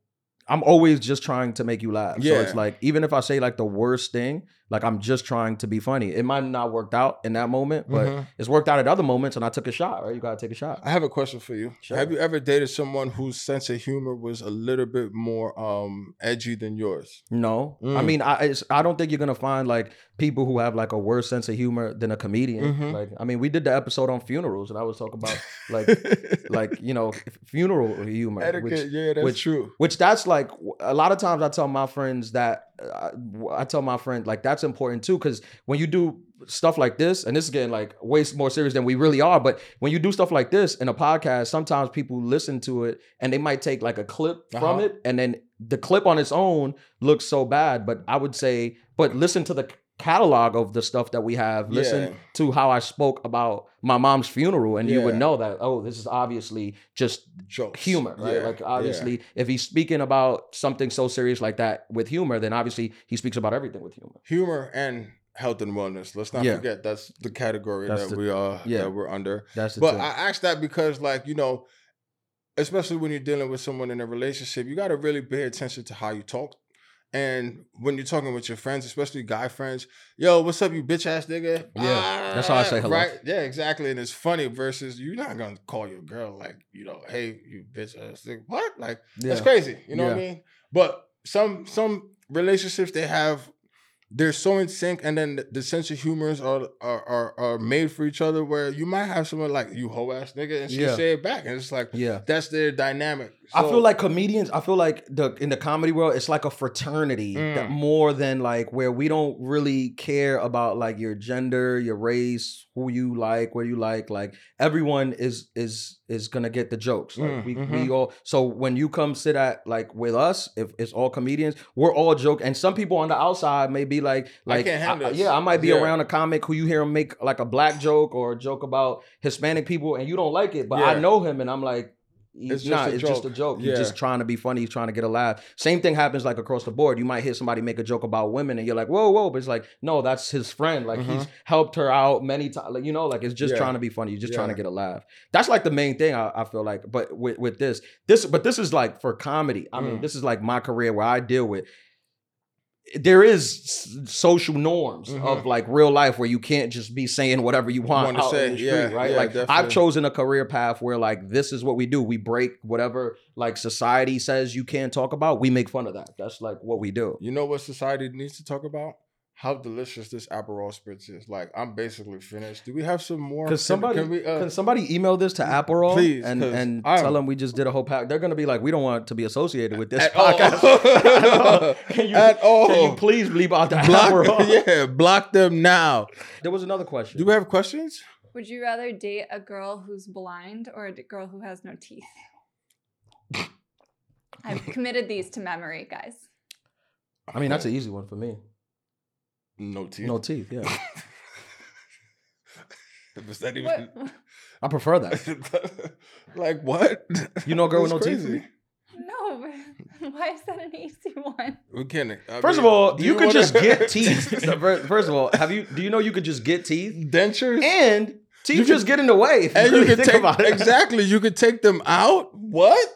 S3: I'm always just trying to make you laugh. So
S4: Yeah.
S3: it's like even if I say like the worst thing, like I'm just trying to be funny. It might not worked out in that moment, but
S4: Mhm.
S3: it's worked out at other moments and I took a shot, right? You gotta take a shot.
S4: I have a question for you.
S3: Sure.
S4: Have you ever dated someone whose sense of humor was a little bit more um edgy than yours?
S3: No. I
S4: Mm.
S3: mean, I it's, I don't think you're gonna find like people who have like a worse sense of humor than a comedian.
S4: Mhm.
S3: Like I mean, we did the episode on funerals and I was talking about like like, you know, funeral humor.
S4: etiquette,
S3: which-
S4: yeah, that's
S3: which-
S4: true.
S3: which that's like w- a lot of times i tell my friends that uh, i tell my friend like that's important too because when you do stuff like this and this is getting like way s- more serious than we really are but when you do stuff like this in a podcast sometimes people listen to it and they might take like a clip from
S4: Uh-huh.
S3: it and then the clip on its own looks so bad but i would say but listen to the c- catalog of the stuff that we have listen
S4: Yeah.
S3: to how i spoke about my mom's funeral and you would
S4: Yeah.
S3: know that oh this is obviously just
S4: Jokes.
S3: humor, right?
S4: Yeah,
S3: Like
S4: yeah.
S3: obviously, if he's speaking about something so serious like that with humor, then obviously he speaks about everything with humor.
S4: humor and health and wellness. Let's not
S3: Yeah.
S4: forget that's the category
S3: That's
S4: that
S3: the-
S4: we are
S3: yeah.
S4: that we're under.
S3: That's the
S4: But
S3: tip.
S4: I asked that because, like, you know, especially when you're dealing with someone in a relationship, you got to really pay attention to how you talk. And when you're talking with your friends, especially guy friends, yo, what's up, you bitch ass nigga? Ah,
S3: Yeah, that's how I say hello.
S4: Right? Yeah, exactly. And it's funny versus you're not gonna call your girl like, you know, hey, you bitch ass nigga. What? Like, that's crazy. You know what I mean? But some some relationships they have they're so in sync and then the, the sense of humors are are, are are made for each other where you might have someone like you hoe ass nigga and she
S3: Yeah.
S4: say it back and it's like
S3: Yeah.
S4: that's their dynamic.
S3: I
S4: So-
S3: feel like comedians. I feel like the in the comedy world, it's like a fraternity that
S4: Mm.
S3: more than like where we don't really care about like your gender, your race, who you like, where you like. Like everyone is is is gonna get the jokes. Like
S4: Mm,
S3: we we
S4: mhm.
S3: all. So when you come sit at like with us, if it's all comedians, we're all joke. And some people on the outside may be like like
S4: can't handle this.
S3: yeah, I might be
S4: Yeah.
S3: around a comic who you hear him make like a black joke or a joke about Hispanic people, and you don't like it, but I
S4: Yeah.
S3: know him, and I'm like. He's
S4: It's just
S3: not.
S4: a
S3: it's just a
S4: joke.
S3: joke. You're
S4: Yeah.
S3: just trying to be funny. You're trying to get a laugh. Same thing happens like across the board. You might hear somebody make a joke about women, and you're like, "Whoa, whoa!" But it's like, no, that's his friend. Like he's helped her out many times. Like you know, like it's just
S4: Mm-hmm. Yeah.
S3: trying to be funny. You're just trying to
S4: Yeah.
S3: get a laugh. That's like the main thing I, I feel like. But with with this, this, but this is like for comedy. I mean,
S4: Mm.
S3: this is like my career where I deal with. There is s- social norms
S4: Mhm.
S3: of like real life where you can't just be saying whatever you want
S4: Want to
S3: out
S4: say,
S3: in the street,
S4: yeah,
S3: right?
S4: yeah,
S3: like I've
S4: definitely.
S3: chosen chosen a career path where like this is what we do. We break whatever like society says you can't talk about. We make fun of that. That's like what we do.
S4: you know what society needs to talk about? How delicious this Aperol spritz is. Like I'm basically finished. Do we have some more?
S3: Can somebody can,
S4: we, uh,
S3: somebody email this to Aperol
S4: please,
S3: and
S4: 'cause
S3: and
S4: I'm-
S3: tell them we just did a whole pack? They're gonna be like, we don't want to be associated with this
S4: At all.
S3: podcast at all. Can you,
S4: At all.
S3: Can you please bleep out the
S4: block,
S3: Aperol?
S4: yeah, block them now.
S3: There was another question.
S4: Do we have questions?
S5: Would you rather date a girl who's blind or a d- girl who has no teeth? I've committed these to memory, guys.
S3: I mean, that's an easy one for me.
S4: no teeth.
S3: No teeth. Yeah,
S4: Was that even
S5: What?
S3: I prefer that.
S4: like what?
S3: You know, a girl with no
S4: That's
S3: teeth. for
S4: crazy.
S3: me.
S5: No, why is that an easy one?
S4: We can't. I
S3: First of
S4: mean,
S3: all,
S4: do
S3: you could
S4: wanna-
S3: just get teeth. First first of all, have you? Do you know you could just get teeth?
S4: dentures, and,
S3: And teeth
S4: You
S3: just
S4: could-
S3: get in the way. If you really
S4: you could
S3: think
S4: take
S3: about it.
S4: exactly. You could take them out. What?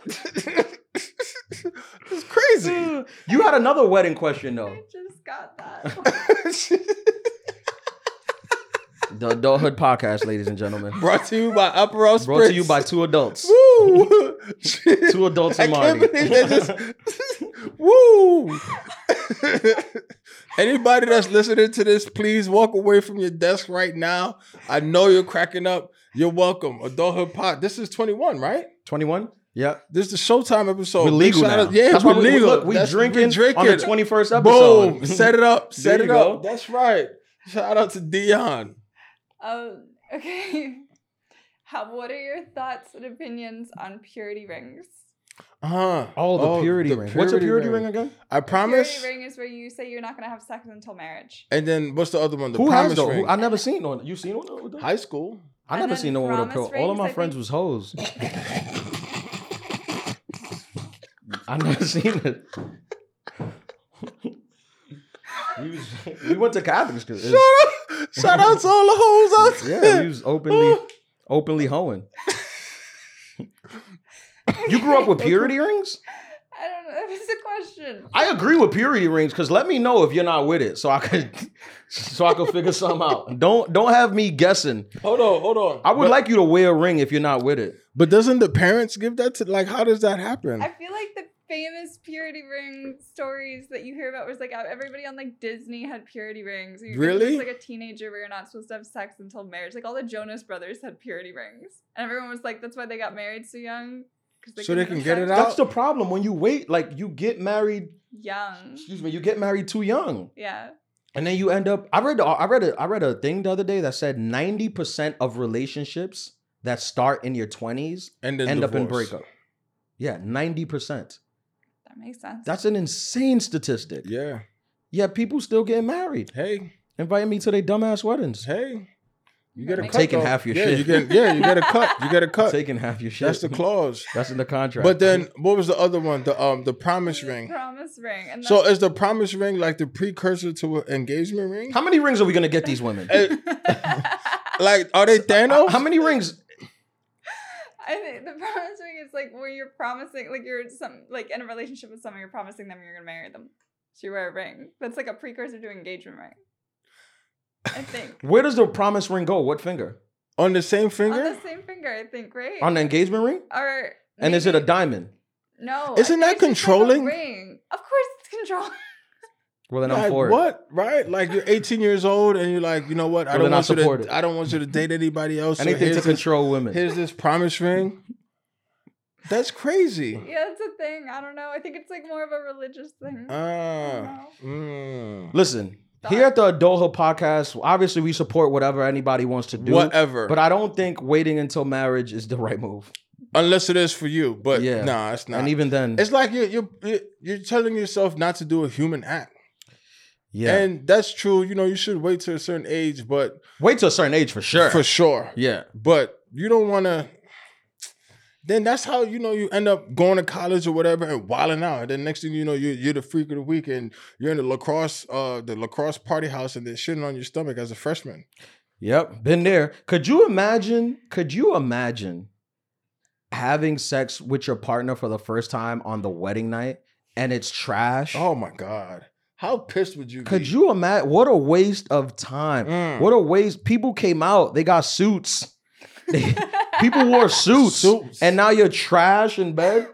S4: it's crazy.
S3: You had another wedding question though.
S5: I just got that.
S3: The Adulthood Podcast, ladies and gentlemen.
S4: Brought to you by Upper House
S3: Brought to you by two adults.
S4: Woo!
S3: Two adults
S4: I
S3: and
S4: can't
S3: Marty.
S4: believe they just woo. Anybody that's listening to this, please walk away from your desk right now. I know you're cracking up. You're welcome. Adulthood Pod. This is 21, right?
S3: 21? Yeah.
S4: This is the Showtime episode.
S3: We're
S4: Oh, Big
S3: legal
S4: shout
S3: now.
S4: out- Yeah,
S3: That's
S4: we're
S3: why we,
S4: legal.
S3: Look, we
S4: That's-
S3: drinking,
S4: we drinking
S3: on the 21st episode.
S4: Boom. Set it up. Set
S3: There
S4: it
S3: you
S4: up.
S3: go.
S4: That's right. Shout out to Dion.
S5: Oh, okay. How? What are your thoughts and opinions on purity rings?
S4: Uh-huh.
S3: Oh, the purity ring. What's a purity ring, again?
S4: I promise.
S5: Purity ring is where you say you're not gonna have sex until marriage.
S4: And then what's the other one? The
S3: Who has
S4: promise
S3: those?
S4: ring.
S3: Who- I never seen one. You seen one? with those?
S4: High school.
S3: I
S5: And
S3: never
S5: then
S3: seen no one with a pill.
S5: promise
S3: All of
S5: rings,
S3: my
S5: I
S3: friends
S5: think-
S3: was hoes. I never seen it. we, was, we went to Catholic school. It was-
S4: Shout out to all the hoes out
S3: yeah,
S4: there.
S3: we was openly openly hoeing. You grew up with purity rings?
S5: I don't know. That was a question.
S3: I agree with purity rings because let me know if you're not with it, so I could so I could figure something out. Don't don't have me guessing.
S4: Hold on, hold on.
S3: I would
S4: but,
S3: like you to wear a ring if you're not with it.
S4: but doesn't the parents give that to like? How does that happen?
S5: I feel like the famous purity ring stories that you hear about was like how everybody on like Disney had purity rings. You were
S4: Really?
S5: Just, like a teenager where you're not supposed to have sex until marriage. Like all the Jonas Brothers had purity rings, and everyone was like, "That's why they got married so young." 'cause
S4: So they
S5: couldn't
S4: can get
S5: have
S4: it
S5: sex
S4: out?
S3: That's the problem when you wait. Like you get married.
S5: Young.
S3: Excuse me. You get married too young,
S5: Yeah.
S3: and then you end up. I read. I read. A, I read a thing the other day that said ninety percent of relationships that start in your twenties
S4: and then
S3: end up in
S4: divorce.
S3: breakup. Yeah, ninety percent.
S5: That makes sense.
S3: That's an insane statistic. Yeah.
S4: Yeah.
S3: Yet people still getting married,
S4: Hey,
S3: inviting me to their dumbass weddings.
S4: hey. You get a
S5: I'm
S4: cut.
S3: taking
S4: though.
S3: half your
S4: yeah,
S3: shit.
S4: You get, yeah, you get a cut. You get a cut.
S3: Taking half your shit.
S4: That's the clause.
S3: That's in the contract.
S4: But then what was the other one? The um the
S5: It's
S4: promise
S5: a
S4: ring.
S5: Promise ring. And
S4: So
S5: that's-
S4: is the promise ring like the precursor to an engagement ring?
S3: how many rings are we gonna get these women?
S4: Eh, like are they Thanos?
S3: How many rings?
S5: I think the promise ring is like where you're promising, like you're some, like in a relationship with someone, you're promising them you're gonna marry them. So you wear a ring. That's like a precursor to engagement ring. I think.
S3: Where does the promise ring go? What finger?
S4: on the same
S5: On
S4: finger?
S5: the same finger, I think, right?
S3: On the engagement ring?
S5: or
S3: And is it a
S5: maybe-
S3: diamond?
S4: Isn't
S5: no? I think
S4: that
S5: it's just like a
S4: controlling?
S5: ring. Of course, it's controlling.
S3: Well, then I'm
S4: Like,
S3: for it.
S4: what? Right? Like you're 18 years old and you're like, you know what? I
S3: Well,
S4: don't
S3: then I
S4: want you
S3: support
S4: to.
S3: it.
S4: I don't want you to date anybody else. so
S3: Anything to
S4: here's this-
S3: control women.
S4: Here's this promise ring. That's crazy.
S5: Yeah, it's a thing. I don't know. I think it's like more of a religious thing.
S3: Uh.
S4: Ah. mm.
S3: Listen, here at the Adulthood Podcast, obviously we support whatever anybody wants to do.
S4: Whatever.
S3: But I don't think waiting until marriage is the right move.
S4: Unless it is for you, but
S3: Yeah.
S4: nah, it's not.
S3: And even then,
S4: it's like you're, you're you're you're telling yourself not to do a human act,
S3: yeah.
S4: and that's true. You know, you should wait to a certain age, but
S3: Wait till a certain age for sure.
S4: for sure,
S3: Yeah.
S4: but you don't want to. Then that's how you know you end up going to college or whatever and wilding out. And then next thing you know, you're, you're the freak of the week and you're in the lacrosse, uh, the lacrosse party house, and they're shitting on your stomach as a freshman.
S3: Yep, been there. Could you imagine? Could you imagine having sex with your partner for the first time on the wedding night and it's trash?
S4: Oh my god, how pissed would you?
S3: Could
S4: be?
S3: you imagine? What a waste of time.
S4: Mm.
S3: What a waste. People came out, they got suits. They- People wore suits,
S4: Suits.
S3: and now you're trash in bed.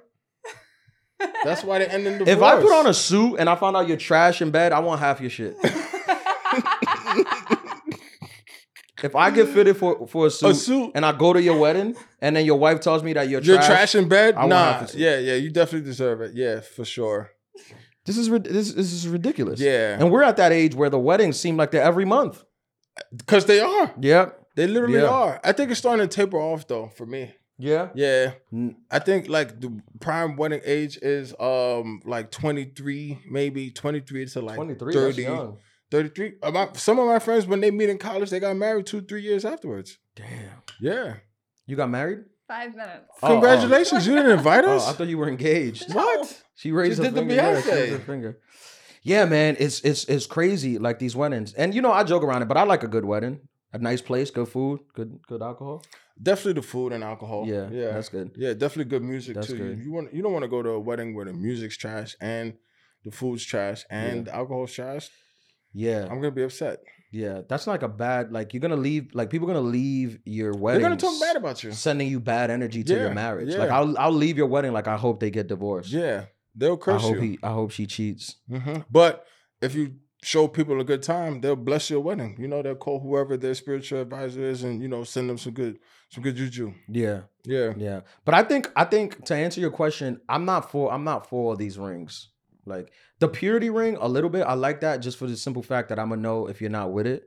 S4: That's why they end in divorce.
S3: If I put on a suit and I find out you're trash in bed, I want half your shit. if I get fitted for, for a, suit
S4: a suit
S3: and I go to your wedding and then your wife tells me that you're,
S4: You're
S3: trash,
S4: trash in bed?
S3: I won't
S4: nah.
S3: have to see.
S4: Yeah, yeah. You definitely deserve it. Yeah, for sure.
S3: This is rid- this, this is ridiculous.
S4: Yeah.
S3: and we're at that age where the weddings seem like they're every month.
S4: Because they are.
S3: Yep.
S4: They literally
S3: Yeah.
S4: are. I think it's starting to taper off though for me.
S3: Yeah.
S4: Yeah.
S3: Mm.
S4: I think like the prime wedding age is um like 23, maybe 23 to like
S3: 23.
S4: 30.
S3: That's young.
S4: 33. Uh, my- some of my friends, when they meet in college, they got married two, three years afterwards.
S3: Damn.
S4: Yeah.
S3: You got married?
S5: Five minutes.
S3: Oh, oh.
S4: Congratulations. You didn't invite
S3: Oh,
S4: us?
S3: I thought you were engaged.
S4: what?
S3: She raised
S4: She
S3: her
S4: did the
S3: finger. Yeah, she raised her
S4: Beyonce.
S3: finger. Yeah, man, it's it's it's crazy. Like these weddings, and you know, I joke around it, but I like a good wedding, a nice place, good food, good good alcohol.
S4: Definitely the food and alcohol.
S3: yeah,
S4: Oh, Yeah.
S3: that's good.
S4: Yeah, definitely good music
S3: That's
S4: too. You-
S3: good.
S4: You, want you don't want to go to a wedding where the music's trash and the food's trash and the alcohol's trash.
S3: Yeah,
S4: I'm gonna be upset.
S3: Yeah, that's like a bad. Like you're gonna leave. Like people are gonna leave your
S4: They're
S3: wedding.
S4: gonna talk bad about you.
S3: Sending you bad energy to
S4: Yeah,
S3: your marriage. Like
S4: yeah.
S3: I'll I'll leave your wedding. Like I hope they get divorced.
S4: Yeah, they'll
S3: I
S4: curse
S3: hope
S4: you.
S3: he. I hope she cheats.
S4: Mhm. But if you show people a good time, they'll bless your wedding. You know, they'll call whoever their spiritual advisor is, and you know, send them some good, some good juju.
S3: Yeah,
S4: Yeah,
S3: yeah. But I think I think to answer your question, I'm not for I'm not for all these rings. Like the purity ring, a little bit. I like that just for the simple fact that I'm gonna know if you're not with it.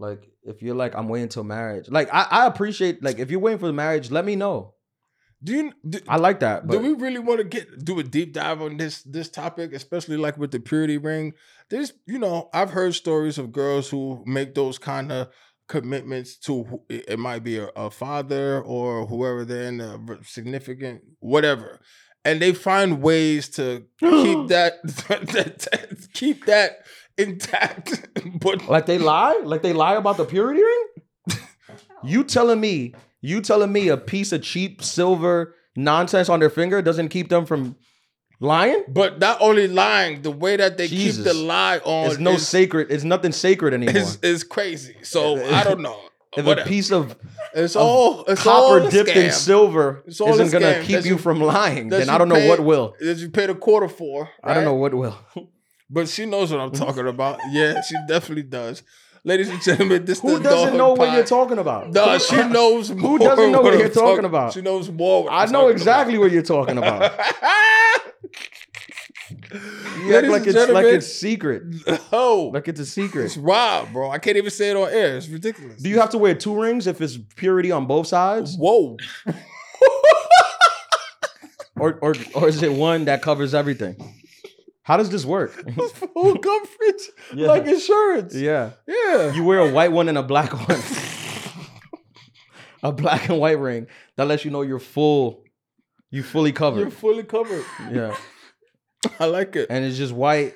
S3: Like if you're like I'm waiting till marriage. Like I, I appreciate like if you're waiting for the marriage, let me know.
S4: do you do,
S3: I like that.
S4: do
S3: But
S4: we really want to get do a deep dive on this this topic, especially like with the purity ring? There's, you know, I've heard stories of girls who make those kind of commitments to who- it it might be a, a father or whoever they're in a re- significant whatever, and they find ways to keep that, keep that intact. but
S3: like they lie, like they lie about the purity ring. You telling me, you telling me a piece of cheap silver nonsense on their finger doesn't keep them from lying?
S4: but not only lying, the way that they keep the
S3: Jesus.
S4: lie on
S3: It's no
S4: is,
S3: sacred. It's nothing sacred anymore.
S4: is, is crazy. So I don't know.
S3: if a
S4: Whatever.
S3: piece of
S4: It's all it's
S3: copper
S4: all a
S3: dipped in
S4: scam
S3: silver
S4: It's all a
S3: isn't gonna
S4: scam
S3: keep
S4: that
S3: you
S4: you-
S3: from lying,
S4: that
S3: then I
S4: you
S3: don't know what
S4: paid-
S3: will.
S4: that you paid a quarter for.
S3: I don't
S4: right?
S3: know Mm-hmm. what will.
S4: but she knows what I'm talking about. Yeah, she definitely does. Ladies and gentlemen, this
S3: Who
S4: the
S3: doesn't
S4: Dog
S3: know what
S4: Pod.
S3: you're talking about?
S4: No, she knows. Who
S3: doesn't know what you're talking about?
S4: She knows more. what
S3: I
S4: I'm
S3: know
S4: talking
S3: exactly what you're talking about.
S4: about.
S3: You act
S4: Ladies
S3: like it's
S4: and
S3: like
S4: gentlemen,
S3: it's secret.
S4: no,
S3: Like it's a
S4: it's
S3: secret.
S4: wild, bro. I can't even say it on air. It's ridiculous.
S3: Do you have to wear two rings if it's purity on both sides?
S4: Whoa.
S3: Or or or is it one that covers everything? How does this work?
S4: Full coverage,
S3: Yeah.
S4: like insurance.
S3: yeah.
S4: yeah.
S3: You wear a white one and a black one. a black and white ring. That lets you know you're full. You fully
S4: You're
S3: covered.
S4: fully covered.
S3: Yeah.
S4: I like it.
S3: And it's just white.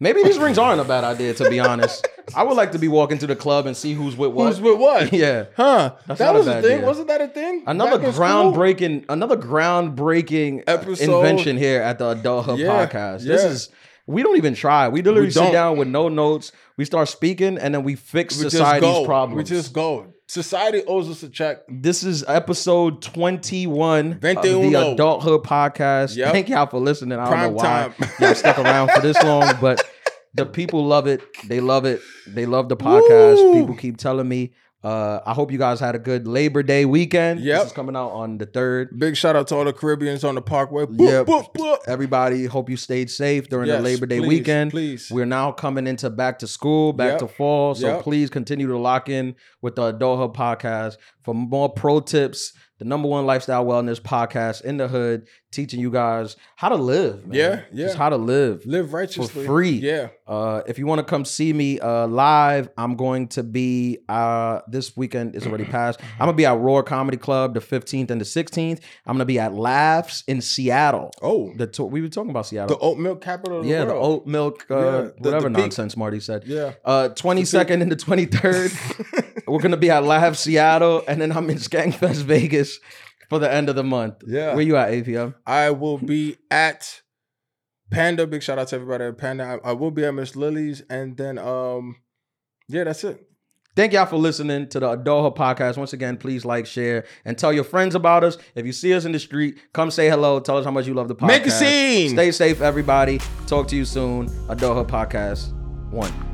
S3: Maybe these rings aren't a bad idea, to be honest. I would like to be walking to the club and see who's with what.
S4: Who's with what?
S3: yeah.
S4: Huh?
S3: That's
S4: that
S3: not a
S4: was a,
S3: bad
S4: thing.
S3: idea.
S4: Wasn't that a thing?
S3: Another
S4: Back in school?
S3: groundbreaking, another groundbreaking uh,
S4: Episode.
S3: invention here at the Adult Hub
S4: Yeah,
S3: podcast. This
S4: yeah.
S3: is we don't even try. We literally
S4: We
S3: sit
S4: don't.
S3: down with no notes. We start speaking, and then we fix
S4: We just
S3: society's
S4: go.
S3: problems.
S4: We just go. Society owes us a check.
S3: This is episode 21 of the
S4: 21.
S3: Adulthood Podcast.
S4: Yep.
S3: Thank y'all for listening. I don't
S4: Prime
S3: know why
S4: time.
S3: y'all stuck around for this long, but the people love it. They love it. They love the podcast.
S4: Woo!
S3: People keep telling me. Uh, I hope you guys had a good Labor Day weekend.
S4: Yep.
S3: This is coming out on the 3rd.
S4: Big shout out to all the Caribbeans on the Parkway. Boop,
S3: Yep.
S4: boop, boop.
S3: Everybody, hope you stayed safe during
S4: Yes,
S3: the Labor Day
S4: please,
S3: weekend.
S4: Please.
S3: We're now coming into back to school, back
S4: Yep.
S3: to fall. So
S4: Yep.
S3: please continue to lock in with the Adult Hub podcast for more pro tips. The number one lifestyle wellness podcast in the hood, teaching you guys how to live. man.
S4: Yeah, yeah.
S3: Just how to live.
S4: Live righteously.
S3: free.
S4: Yeah.
S3: Uh, if you want to come see me uh, live, I'm going to be uh, this weekend is already passed. I'm gonna be at Roar Comedy Club the 15th and the 16th. I'm gonna be at Laughs in Seattle.
S4: Oh, the,
S3: The tour, we were talking about Seattle.
S4: oat milk capital of
S3: yeah,
S4: the
S3: the
S4: world.
S3: oat milk, uh,
S4: Yeah, the- the
S3: whatever
S4: peak.
S3: nonsense Marty said.
S4: Yeah.
S3: Uh, 22nd and the 23rd, we're gonna be at Live Seattle, and then I'm in Skankfest Vegas for the end of the month.
S4: Yeah.
S3: where you at, APM?
S4: I will be at Panda. Big shout out to everybody at Panda. I, I will be at Miss Lily's. And then, um, yeah, that's it.
S3: Thank y'all for listening to the Adult Hub podcast. Once again, please like, share, and tell your friends about us. If you see us in the street, come say hello. Tell us how much you love the podcast.
S4: Make a scene.
S3: Stay safe, everybody. Talk to you soon. Adult Hub podcast one.